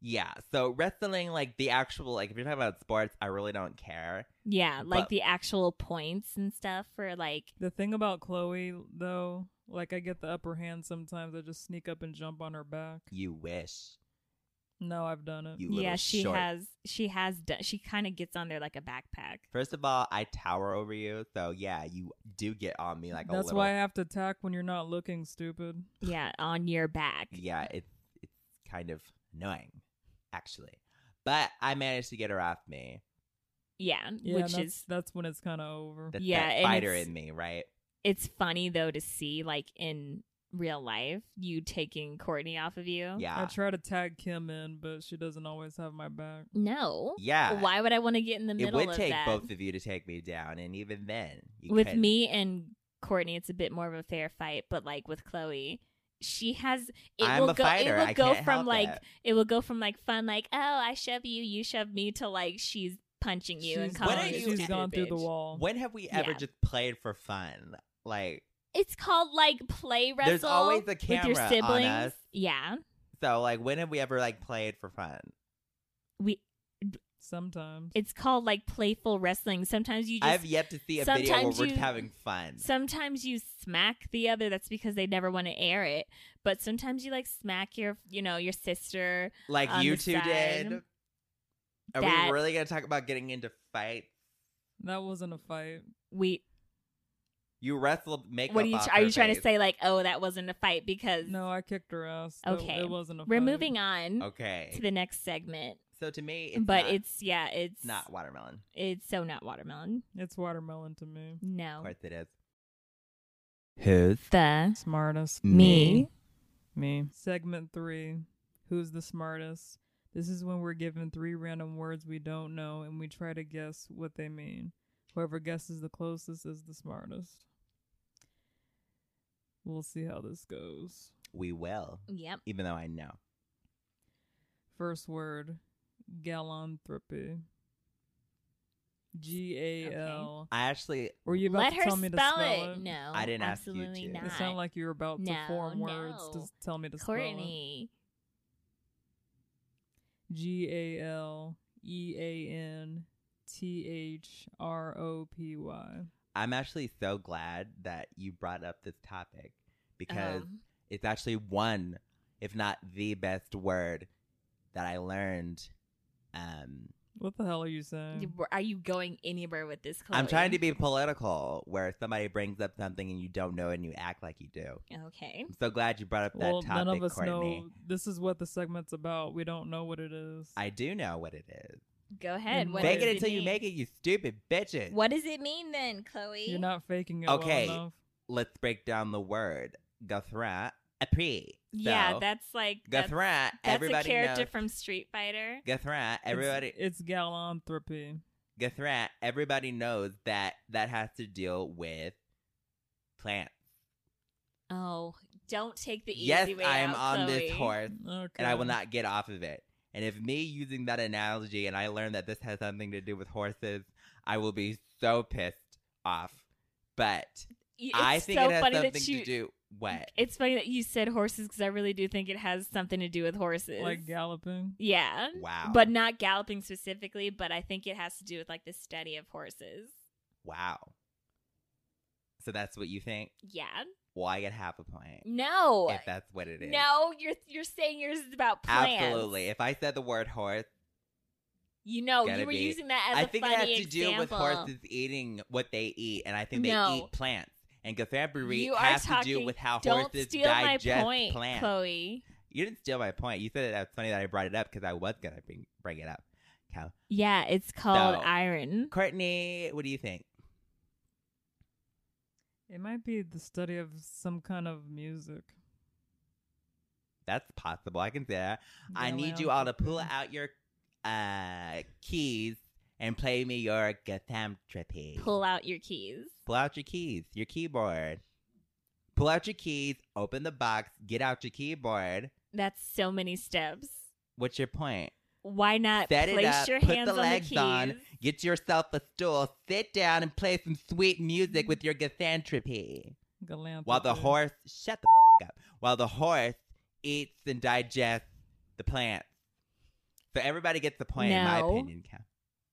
Speaker 1: Yeah. So wrestling, like the actual, like if you're talking about sports, I really don't care.
Speaker 2: yeah, like
Speaker 1: But-
Speaker 2: the actual points and stuff for like
Speaker 3: The thing about Chloe, though, like I get the upper hand sometimes. I just sneak up and jump on her back.
Speaker 1: You wish.
Speaker 3: No, I've done it.
Speaker 1: You little
Speaker 2: yeah, she
Speaker 1: short.
Speaker 2: has she has do- she kind of gets on there like a backpack.
Speaker 1: First of all, I tower over you, so yeah, you do get on me like a
Speaker 3: That's
Speaker 1: little.
Speaker 3: why I have to attack when you're not looking, stupid.
Speaker 2: Yeah, on your back.
Speaker 1: yeah, it's it's kind of annoying, actually. But I managed to get her off me.
Speaker 2: Yeah,
Speaker 3: Yeah,
Speaker 2: which
Speaker 3: that's,
Speaker 2: is
Speaker 3: that's when it's kind of over.
Speaker 1: That's
Speaker 2: Yeah,
Speaker 1: that
Speaker 2: and
Speaker 1: fighter
Speaker 2: it's-
Speaker 1: in me, right?
Speaker 2: it's funny though to see like in real life you taking Courtney off of you.
Speaker 3: I
Speaker 1: Yeah,
Speaker 3: try to tag Kim in, but she doesn't always have my back.
Speaker 2: No.
Speaker 1: yeah.
Speaker 2: Why would I want to get in the
Speaker 1: it
Speaker 2: middle
Speaker 1: would
Speaker 2: of
Speaker 1: take
Speaker 2: that?
Speaker 1: both of you to take me down, and even then, you
Speaker 2: with
Speaker 1: couldn't.
Speaker 2: me and Courtney, it's a bit more of a fair fight, but like with Chloe, she has it
Speaker 1: I'm
Speaker 2: will
Speaker 1: a
Speaker 2: go
Speaker 1: fighter.
Speaker 2: it will
Speaker 1: I
Speaker 2: go
Speaker 1: can't
Speaker 2: from
Speaker 1: help
Speaker 2: like
Speaker 1: it.
Speaker 2: will go from like fun, like, oh, I shove you, you shove me to like she's punching you and
Speaker 3: She's
Speaker 1: What
Speaker 2: calling
Speaker 1: are
Speaker 3: gone-
Speaker 2: you
Speaker 1: you-
Speaker 3: she's
Speaker 2: stupid
Speaker 3: gone through the
Speaker 2: bitch.
Speaker 3: wall.
Speaker 1: When have we ever
Speaker 2: Yeah.
Speaker 1: just played for fun? Like
Speaker 2: It's called like play wrestle.
Speaker 1: there's always a camera
Speaker 2: with your siblings.
Speaker 1: on us,
Speaker 2: Yeah.
Speaker 1: so like when have we ever like played for fun?
Speaker 2: We
Speaker 3: Sometimes.
Speaker 2: it's called like playful wrestling. Sometimes you just
Speaker 1: I've yet to see a video where
Speaker 2: sometimes
Speaker 1: we're
Speaker 2: you-
Speaker 1: having fun.
Speaker 2: Sometimes you smack the other. That's because they never want to air it. But sometimes you like smack your, you know, your sister.
Speaker 1: like
Speaker 2: on
Speaker 1: you
Speaker 2: the
Speaker 1: two
Speaker 2: side.
Speaker 1: did. Are
Speaker 2: That-
Speaker 1: we really gonna talk about getting into fights?
Speaker 3: That wasn't a fight.
Speaker 2: We.
Speaker 1: You wrestled makeup.
Speaker 2: What are you?
Speaker 1: off
Speaker 2: Are
Speaker 1: her
Speaker 2: you trying to
Speaker 1: face.
Speaker 2: say like, oh, that wasn't a fight because
Speaker 3: No, I kicked her ass. That-
Speaker 2: Okay.
Speaker 3: It wasn't a
Speaker 2: we're
Speaker 3: fight.
Speaker 2: moving on
Speaker 1: Okay.
Speaker 2: to the next segment.
Speaker 1: so to me, it's
Speaker 2: but
Speaker 1: not,
Speaker 2: it's yeah, it's
Speaker 1: not watermelon.
Speaker 2: It's so not watermelon.
Speaker 3: It's watermelon to me.
Speaker 1: Of
Speaker 2: No,
Speaker 1: course it is. Who's
Speaker 2: the
Speaker 3: Smartest.
Speaker 2: me.
Speaker 3: Me. Segment three Who's the smartest? This is when we're given three random words we don't know and we try to guess what they mean. Whoever guesses the closest is the smartest. We'll see how this goes.
Speaker 1: We will,
Speaker 2: Yep.
Speaker 1: even though I know.
Speaker 3: First word galanthropy. G A L.
Speaker 1: I actually,
Speaker 3: Were you about
Speaker 2: Let
Speaker 3: to
Speaker 2: her
Speaker 3: tell
Speaker 2: spell,
Speaker 3: me to spell
Speaker 2: it.
Speaker 3: it?
Speaker 2: No,
Speaker 1: I didn't ask you
Speaker 2: absolutely
Speaker 1: to.
Speaker 2: not.
Speaker 1: It
Speaker 3: It sounded like you were about to
Speaker 2: No,
Speaker 3: form words to
Speaker 2: no.
Speaker 3: s- tell me to spell
Speaker 2: Courtney.
Speaker 3: it. G A L E A N T H R O P Y.
Speaker 1: I'm actually so glad that you brought up this topic because
Speaker 2: Um,
Speaker 1: it's actually one, if not the best word that I learned. Um,
Speaker 3: What the hell are you
Speaker 2: you-
Speaker 3: saying?
Speaker 2: are you going anywhere with this? Chloe?
Speaker 1: I'm trying to be political, where somebody brings up something and you don't know it and you act like you do.
Speaker 2: okay.
Speaker 1: I'm so glad you brought up that
Speaker 3: Well,
Speaker 1: topic,
Speaker 3: none of us
Speaker 1: Courtney.
Speaker 3: know. This is what the segment's about. We don't know what it is.
Speaker 1: I do know what it is.
Speaker 2: Go ahead. What
Speaker 1: Fake
Speaker 2: does
Speaker 1: it until you
Speaker 2: mean?
Speaker 1: make it, you stupid bitches.
Speaker 2: What does it mean then, Chloe?
Speaker 3: You're not faking it.
Speaker 1: Okay.
Speaker 3: Well enough.
Speaker 1: Let's break down the word. Guthrat. Apri.
Speaker 2: yeah,
Speaker 1: So,
Speaker 2: that's like that's,
Speaker 1: Guthrat.
Speaker 2: that's a
Speaker 1: everybody
Speaker 2: character
Speaker 1: knows.
Speaker 2: from Street Fighter.
Speaker 1: Guthrat. Everybody.
Speaker 3: It's, it's galanthropy.
Speaker 1: Guthrat. Everybody knows that that has to deal with plants.
Speaker 2: Oh, don't take the easy
Speaker 1: yes,
Speaker 2: way
Speaker 1: I am
Speaker 2: out,
Speaker 1: on
Speaker 2: Chloe.
Speaker 1: this horse,
Speaker 3: Okay.
Speaker 1: and I will not get off of it. And if me using that analogy, and I learned that this has something to do with horses, I will be so pissed off. But
Speaker 2: Y- It's
Speaker 1: I think
Speaker 2: so
Speaker 1: it has
Speaker 2: funny
Speaker 1: something
Speaker 2: that you.
Speaker 1: to do. What?
Speaker 2: It's funny that you said horses because I really do think it has something to do with horses.
Speaker 3: like galloping.
Speaker 2: yeah,
Speaker 1: Wow.
Speaker 2: but not galloping specifically. But I think it has to do with like the study of horses.
Speaker 1: Wow. So that's what you think?
Speaker 2: Yeah.
Speaker 1: Well, I get half a point.
Speaker 2: No.
Speaker 1: If that's what it is.
Speaker 2: No, you're you're saying yours is about plants.
Speaker 1: Absolutely. If I said the word horse,
Speaker 2: You know,
Speaker 1: Gotta
Speaker 2: you were
Speaker 1: be.
Speaker 2: using that as a
Speaker 1: I think it
Speaker 2: funny
Speaker 1: has to
Speaker 2: example.
Speaker 1: do with horses eating what they eat, and I think they
Speaker 2: No.
Speaker 1: eat plants. And Guthrie
Speaker 2: You are
Speaker 1: has to do
Speaker 2: talking-
Speaker 1: with how
Speaker 2: Don't
Speaker 1: horses
Speaker 2: steal my
Speaker 1: digest
Speaker 2: point,
Speaker 1: plants.
Speaker 2: Chloe.
Speaker 1: You didn't steal my point. You said that's funny that I brought it up because I was gonna bring bring it up. Cow.
Speaker 2: Yeah, it's called
Speaker 1: So-
Speaker 2: iron.
Speaker 1: Courtney, what do you think?
Speaker 3: It might be the study of some kind of music.
Speaker 1: That's possible. I can say that. I need you all to pull out your uh, keys and play me your Gathamtropy.
Speaker 2: Pull out your keys.
Speaker 1: Pull out your keys, your keyboard. Pull out your keys, open the box, get out your keyboard.
Speaker 2: That's so many steps.
Speaker 1: What's your point?
Speaker 2: Why not
Speaker 1: Set
Speaker 2: place
Speaker 1: it up,
Speaker 2: your
Speaker 1: put
Speaker 2: hands
Speaker 1: the
Speaker 2: on the
Speaker 1: legs
Speaker 2: keys?
Speaker 1: on, get yourself a stool, sit down and play some sweet music with your Gathamtropy.
Speaker 3: Galanthropy.
Speaker 1: While the horse, shut the f- up, while the horse eats and digests the plants. So everybody gets the point, in my
Speaker 2: No.
Speaker 1: opinion, Cal.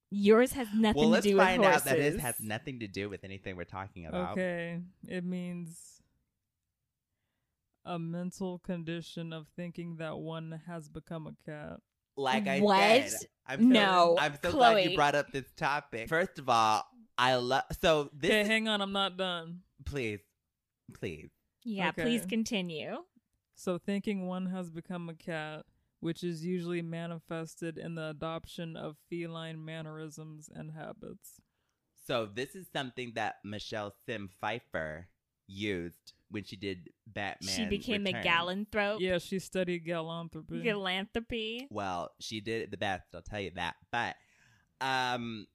Speaker 2: Yours has nothing
Speaker 1: Well, let's
Speaker 2: to do with
Speaker 1: find
Speaker 2: horses.
Speaker 1: out that this has nothing to do with anything we're talking about.
Speaker 3: Okay, it means a mental condition of thinking that one has become a cat.
Speaker 1: Like I
Speaker 2: What?
Speaker 1: said, I'm so,
Speaker 2: No,
Speaker 1: I'm so glad
Speaker 2: Chloe.
Speaker 1: you brought up this topic. First of all, I love. So this,
Speaker 3: Okay,
Speaker 1: is-
Speaker 3: hang on, I'm not done.
Speaker 1: please, please.
Speaker 2: yeah,
Speaker 3: Okay.
Speaker 2: please continue.
Speaker 3: So thinking one has become a cat, which is usually manifested in the adoption of feline mannerisms and habits.
Speaker 1: So this is something that Michelle Sim Pfeiffer used when she did Batman.
Speaker 2: she became
Speaker 1: Returns.
Speaker 2: a galanthrope.
Speaker 3: Yeah, she studied galanthropy.
Speaker 2: Galanthropy.
Speaker 1: Well, she did it the best. I'll tell you that. But, um,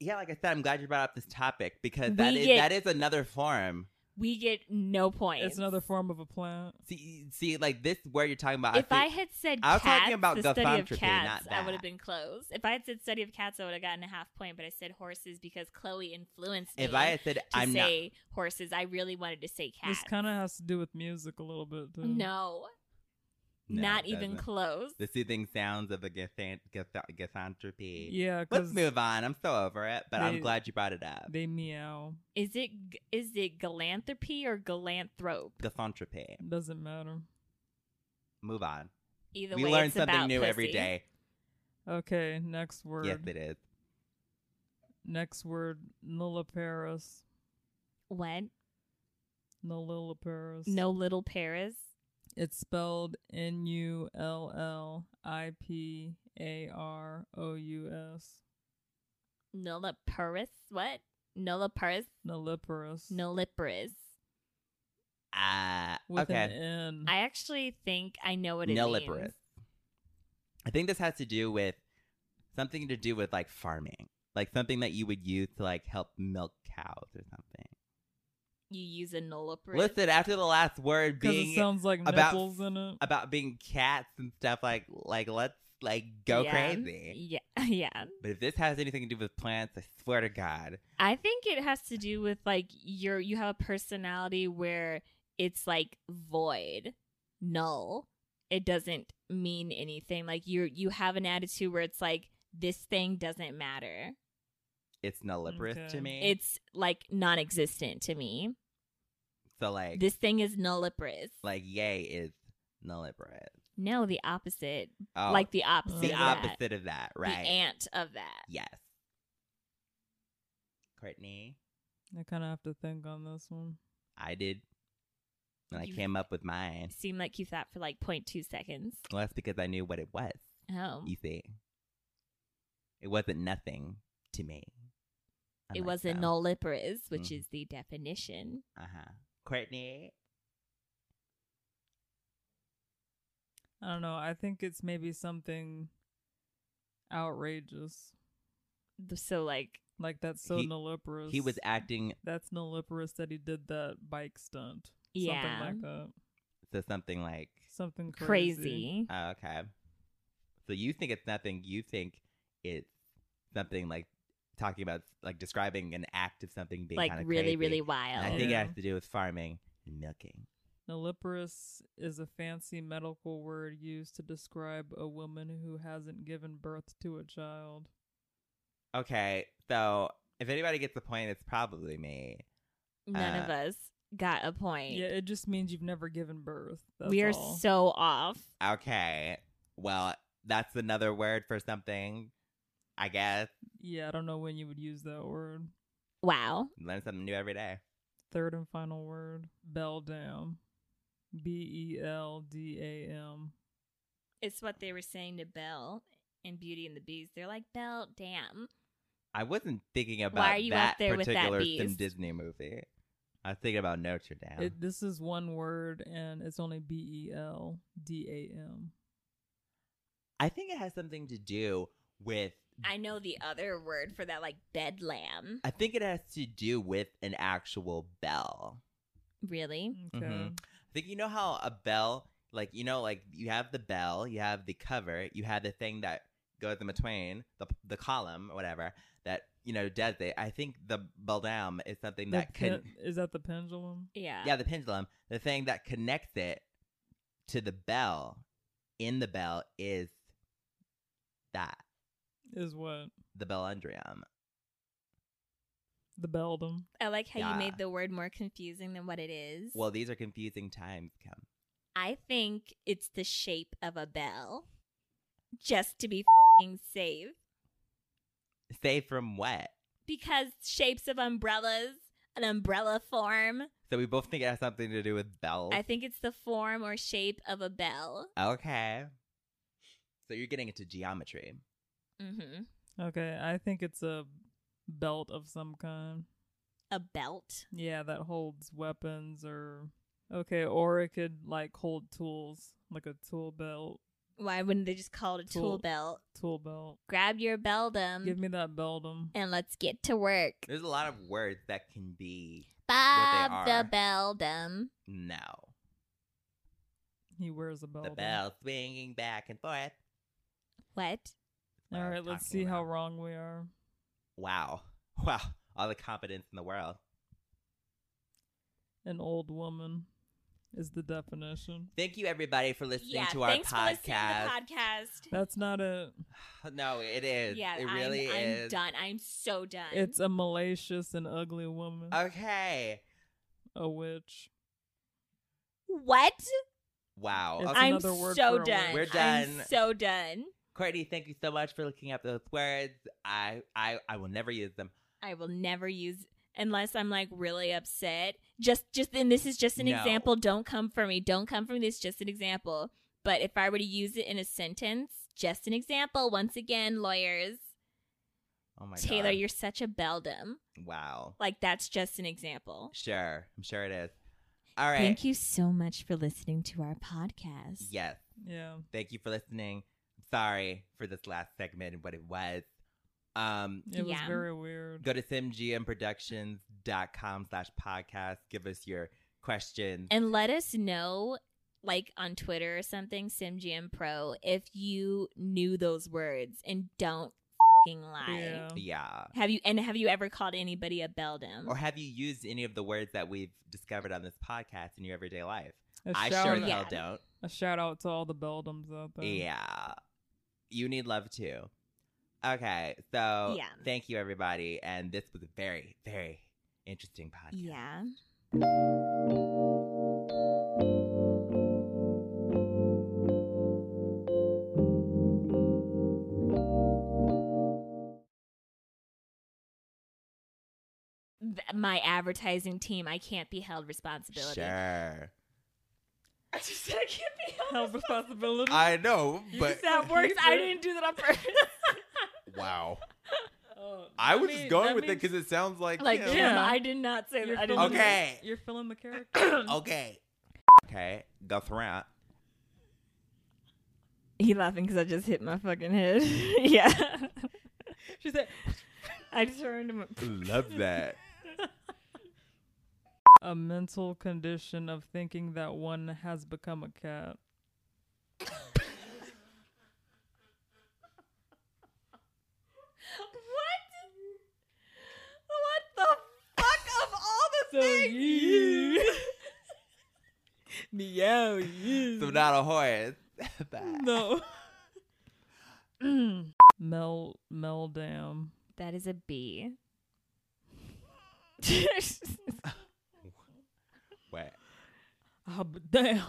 Speaker 1: yeah, like I said, I'm glad you brought up this topic because that
Speaker 2: We
Speaker 1: is
Speaker 2: get-
Speaker 1: that is another form.
Speaker 2: We get no points.
Speaker 3: it's another form of a plant.
Speaker 1: See, see, like this where you're talking about.
Speaker 2: If
Speaker 1: think-
Speaker 2: I had said
Speaker 1: I was talking
Speaker 2: cats,
Speaker 1: about
Speaker 2: the study of
Speaker 1: guthrontropy,
Speaker 2: cats,
Speaker 1: not
Speaker 2: I would
Speaker 1: that.
Speaker 2: have been close. If I had said study of cats, I would have gotten a half point. But I said horses because Chloe influenced me
Speaker 1: If I had said
Speaker 2: to
Speaker 1: I'm not,
Speaker 2: say horses. I really wanted to say cats.
Speaker 3: This kind of has to do with music a little bit. Too.
Speaker 2: no,
Speaker 1: No,
Speaker 2: not
Speaker 1: it
Speaker 2: even
Speaker 1: doesn't.
Speaker 2: close.
Speaker 1: the soothing sounds of a gathan- gath- gathantropy.
Speaker 3: Yeah,
Speaker 1: Let's
Speaker 3: because
Speaker 1: move on. I'm so over it, but I'm
Speaker 3: They-
Speaker 1: glad you brought it up.
Speaker 3: they meow.
Speaker 2: Is it g- is it galanthropy or galanthrope?
Speaker 1: Gathantropy.
Speaker 3: Doesn't matter.
Speaker 1: Move on.
Speaker 2: Either
Speaker 1: we
Speaker 2: way,
Speaker 1: learn
Speaker 2: it's
Speaker 1: something
Speaker 2: about
Speaker 1: new every
Speaker 2: pussy.
Speaker 1: day.
Speaker 3: Okay, next word.
Speaker 1: Yes, it is.
Speaker 3: Next word, nulliparous.
Speaker 2: What?
Speaker 3: Nulliparous.
Speaker 2: No little Paris.
Speaker 3: It's spelled N U L L I P A R O U S.
Speaker 2: Nulla Paris. What? Nulla Paris.
Speaker 3: Nulliparous.
Speaker 2: Nulliparous.
Speaker 1: Ah,
Speaker 3: With an
Speaker 1: okay.
Speaker 3: N.
Speaker 2: I actually think I know what it means.
Speaker 1: Nulliparous. I think this has to do with something to do with like farming, like something that you would use to like help milk cows or something.
Speaker 2: You use a nulliparous.
Speaker 1: Listen, after the last word
Speaker 3: Because it
Speaker 1: being
Speaker 3: sounds like
Speaker 1: about-
Speaker 3: nipples in it.
Speaker 1: about being cats and stuff, like like let's like go
Speaker 2: Yeah.
Speaker 1: crazy.
Speaker 2: Yeah. yeah.
Speaker 1: But if this has anything to do with plants, I swear to God.
Speaker 2: I think it has to do with like your you have a personality where it's like void, null. It doesn't mean anything. Like you you have an attitude where it's like this thing doesn't matter.
Speaker 1: It's nulliparous
Speaker 3: Okay.
Speaker 1: to me.
Speaker 2: It's like non-existent to me.
Speaker 1: so like
Speaker 2: This thing is nulliparous.
Speaker 1: like yay is nulliparous.
Speaker 2: No, the opposite.
Speaker 1: Oh,
Speaker 2: Like the opposite.
Speaker 1: the
Speaker 2: of that.
Speaker 1: opposite of that, right?
Speaker 2: The ant of that.
Speaker 1: yes. Courtney,
Speaker 3: I kind of have to think on this one.
Speaker 1: I did. And I
Speaker 2: You-
Speaker 1: came up with mine.
Speaker 2: Seemed like you thought for like 0.2 seconds.
Speaker 1: Well, that's because I knew what it was.
Speaker 2: Oh.
Speaker 1: You see, it wasn't nothing to me.
Speaker 2: it was a nulliparous, which
Speaker 1: Mhm.
Speaker 2: is the definition.
Speaker 1: Uh huh. Courtney,
Speaker 3: I don't know. I think it's maybe something outrageous.
Speaker 2: So like
Speaker 3: Like that's so
Speaker 1: He-
Speaker 3: nulliparous.
Speaker 1: he was acting
Speaker 3: That's nulliparous that he did that bike stunt.
Speaker 2: Yeah.
Speaker 3: Something like that.
Speaker 1: to something like,
Speaker 3: Something crazy.
Speaker 2: crazy.
Speaker 1: oh, okay. So you think it's nothing. You think it's something like talking about, like describing an act of something being
Speaker 2: like
Speaker 1: kind of
Speaker 2: really,
Speaker 1: crazy.
Speaker 2: really
Speaker 1: And
Speaker 2: wild.
Speaker 1: I think
Speaker 3: Yeah.
Speaker 1: it has to do with farming and milking.
Speaker 3: Nulliparous is a fancy medical word used to describe a woman who hasn't given birth to a child.
Speaker 1: Okay, so if anybody gets a point, it's probably me.
Speaker 2: None of
Speaker 1: uh,
Speaker 2: us got a point.
Speaker 3: Yeah, it just means you've never given birth. That's
Speaker 2: we are
Speaker 3: all.
Speaker 2: so off.
Speaker 1: Okay, well, that's another word for something, I guess.
Speaker 3: Yeah, I don't know when you would use that word.
Speaker 2: Wow.
Speaker 1: Learn something new every day.
Speaker 3: Third and final word, beldam. B E L D A M.
Speaker 2: It's what they were saying to Belle in Beauty and the Beast. They're like, Belle, damn.
Speaker 1: I wasn't thinking about
Speaker 2: are you
Speaker 1: that
Speaker 2: out there with that
Speaker 1: particular Sim
Speaker 2: beast?
Speaker 1: Disney movie. I was thinking about Notre Dame.
Speaker 3: It, this is one word and it's only B E L D A M.
Speaker 1: I think it has something to do with.
Speaker 2: I know the other word for that, like bedlam.
Speaker 1: Mm. I think it has to do with an actual bell.
Speaker 2: Really?
Speaker 3: Okay.
Speaker 1: Mhm. I think you know how a bell, like you know, like you have the bell, you have the cover, you have the thing that goes in between the the column, or whatever that you know does it. I think the beldam is something
Speaker 3: The
Speaker 1: that could,
Speaker 3: pen- is that the pendulum?
Speaker 2: Yeah.
Speaker 1: yeah, the pendulum, the thing that connects it to the bell. In the bell is that
Speaker 3: Is what?
Speaker 1: the belundrium.
Speaker 3: The beldam.
Speaker 2: I like how
Speaker 1: Yeah.
Speaker 2: you made the word more confusing than what it is.
Speaker 1: Well, these are confusing times. Come.
Speaker 2: I think it's the shape of a bell, just to be fing safe.
Speaker 1: Say from what?
Speaker 2: Because shapes of umbrellas, an umbrella form.
Speaker 1: So we both think it has something to do with bells.
Speaker 2: I think it's the form or shape of a bell.
Speaker 1: okay. So you're getting into geometry.
Speaker 2: Mm-hmm.
Speaker 3: Okay, I think it's a belt of some kind.
Speaker 2: A belt.
Speaker 3: Yeah, that holds weapons or okay, or it could like hold tools, like a tool belt.
Speaker 2: Why wouldn't they just call it a tool,
Speaker 3: Tool.
Speaker 2: belt?
Speaker 3: Tool belt.
Speaker 2: Grab your
Speaker 3: Give
Speaker 1: Um,
Speaker 2: beldum
Speaker 3: me that um, beldam.
Speaker 2: and let's get to work.
Speaker 1: There's a lot of words that can be
Speaker 2: Bob
Speaker 1: are.
Speaker 2: the beldum.
Speaker 1: no.
Speaker 3: He wears a
Speaker 1: The
Speaker 3: beldam.
Speaker 1: bell swinging back and forth.
Speaker 2: What?
Speaker 1: What I
Speaker 3: All
Speaker 1: was
Speaker 3: right, let's
Speaker 1: talking
Speaker 3: see how
Speaker 1: about.
Speaker 3: wrong we are.
Speaker 1: Wow. Wow. All the competence in the world.
Speaker 3: An old woman is the definition.
Speaker 1: Thank you everybody for listening
Speaker 2: yeah,
Speaker 1: to our
Speaker 2: thanks for listening
Speaker 1: podcast.
Speaker 2: to the podcast.
Speaker 3: That's not a.
Speaker 1: no, it is.
Speaker 2: yeah,
Speaker 1: it really
Speaker 2: I'm, I'm
Speaker 1: is.
Speaker 2: done. I'm so done.
Speaker 3: It's a malicious and ugly woman.
Speaker 1: Uh, Okay.
Speaker 3: a witch.
Speaker 2: what?
Speaker 1: Wow.
Speaker 3: It's-
Speaker 1: Okay.
Speaker 2: I'm
Speaker 3: another word
Speaker 2: so
Speaker 3: for a
Speaker 2: done.
Speaker 3: word.
Speaker 1: We're
Speaker 2: I'm
Speaker 1: done.
Speaker 2: so done.
Speaker 1: Courtney, thank you so much for looking up those words. I I I will never use them.
Speaker 2: I will never use unless I'm like really upset. Just just and this is just an
Speaker 1: No.
Speaker 2: example. Don't come for me. Don't come for me. This is just an example. But if I were to use it in a sentence, just an example. Once again, lawyers,
Speaker 1: Oh my
Speaker 2: Taylor,
Speaker 1: god.
Speaker 2: you're such a beldum.
Speaker 1: wow.
Speaker 2: Like that's just an example.
Speaker 1: Sure. I'm sure it is. All right.
Speaker 2: Thank you so much for listening to our podcast.
Speaker 1: Yes.
Speaker 3: Yeah.
Speaker 1: Thank you for listening. Sorry for this last segment and what it was. Um,
Speaker 3: It was
Speaker 2: Yeah.
Speaker 3: very weird.
Speaker 1: go to simgmproductions.com slash podcast. Give us your questions.
Speaker 2: And let us know, like on Twitter or something, SimGM Pro, if you knew those words and don't fucking lie.
Speaker 3: Yeah.
Speaker 1: Yeah.
Speaker 2: Have you and have you ever called anybody a beldam?
Speaker 1: Or have you used any of the words that we've discovered on this podcast in your everyday life?
Speaker 3: A
Speaker 1: I
Speaker 3: shout,
Speaker 1: sure
Speaker 2: Yeah.
Speaker 1: the hell don't.
Speaker 3: a shout out to all the Beldums out there.
Speaker 1: Yeah. You need love too. Okay. So
Speaker 2: Yeah.
Speaker 1: thank you, everybody. And this was a very, very interesting podcast.
Speaker 2: yeah. Th- My advertising team, I can't be held responsibility.
Speaker 1: Sure.
Speaker 2: I just I can't be held
Speaker 3: Held responsibility.
Speaker 1: I know, but
Speaker 2: That works. I didn't do that on purpose.
Speaker 1: wow.
Speaker 3: Oh,
Speaker 1: I
Speaker 3: that
Speaker 1: was
Speaker 3: mean-
Speaker 1: just going
Speaker 3: that
Speaker 1: with it
Speaker 3: means
Speaker 1: because it sounds like,
Speaker 2: like,
Speaker 1: you know,
Speaker 3: yeah.
Speaker 2: Jim, I did not say
Speaker 3: you're
Speaker 2: that. I didn't
Speaker 3: filling the-
Speaker 2: do that.
Speaker 1: Okay.
Speaker 3: you're filling the character.
Speaker 1: okay. Okay. Go throughout.
Speaker 2: He laughing because I just hit my fucking head. yeah. she said, I just turned him.
Speaker 1: Love that.
Speaker 3: a mental condition of thinking that one has become a cat.
Speaker 2: What? What the fuck of all the
Speaker 3: So
Speaker 2: things?
Speaker 3: you-
Speaker 2: Meow.
Speaker 1: so not a horse. Bye.
Speaker 3: No. Mel Meldam.
Speaker 2: That is a B.
Speaker 1: Wait.
Speaker 3: I'll be damn.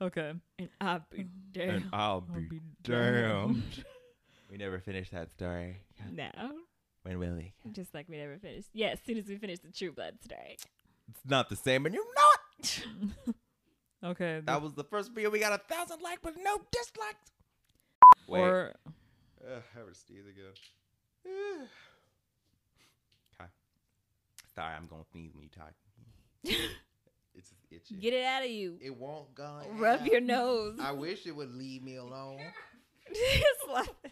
Speaker 3: Okay.
Speaker 2: and I be
Speaker 1: And
Speaker 2: damn.
Speaker 1: I'll
Speaker 3: I'll
Speaker 1: be
Speaker 3: be
Speaker 1: damned. We never finished that story.
Speaker 2: No,
Speaker 1: When will we?
Speaker 2: just like we never finished. Yeah, as soon as we finish the True Blood story.
Speaker 1: It's not the same, and you know it.
Speaker 3: Okay.
Speaker 1: That was the first video we got a thousand likes with no dislikes. Wait.
Speaker 3: or
Speaker 1: Ugh, I would sneeze again. okay. Sorry, I'm gonna sneeze when you talk. it's just itchy.
Speaker 2: Get it out of you.
Speaker 1: It won't go.
Speaker 2: Rub your nose.
Speaker 1: I wish it would leave me alone.
Speaker 2: Just laugh.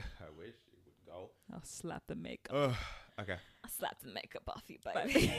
Speaker 1: I wish it would go.
Speaker 3: I'll slap the makeup.
Speaker 1: Ugh. Okay.
Speaker 2: I'll slap the makeup off you, baby.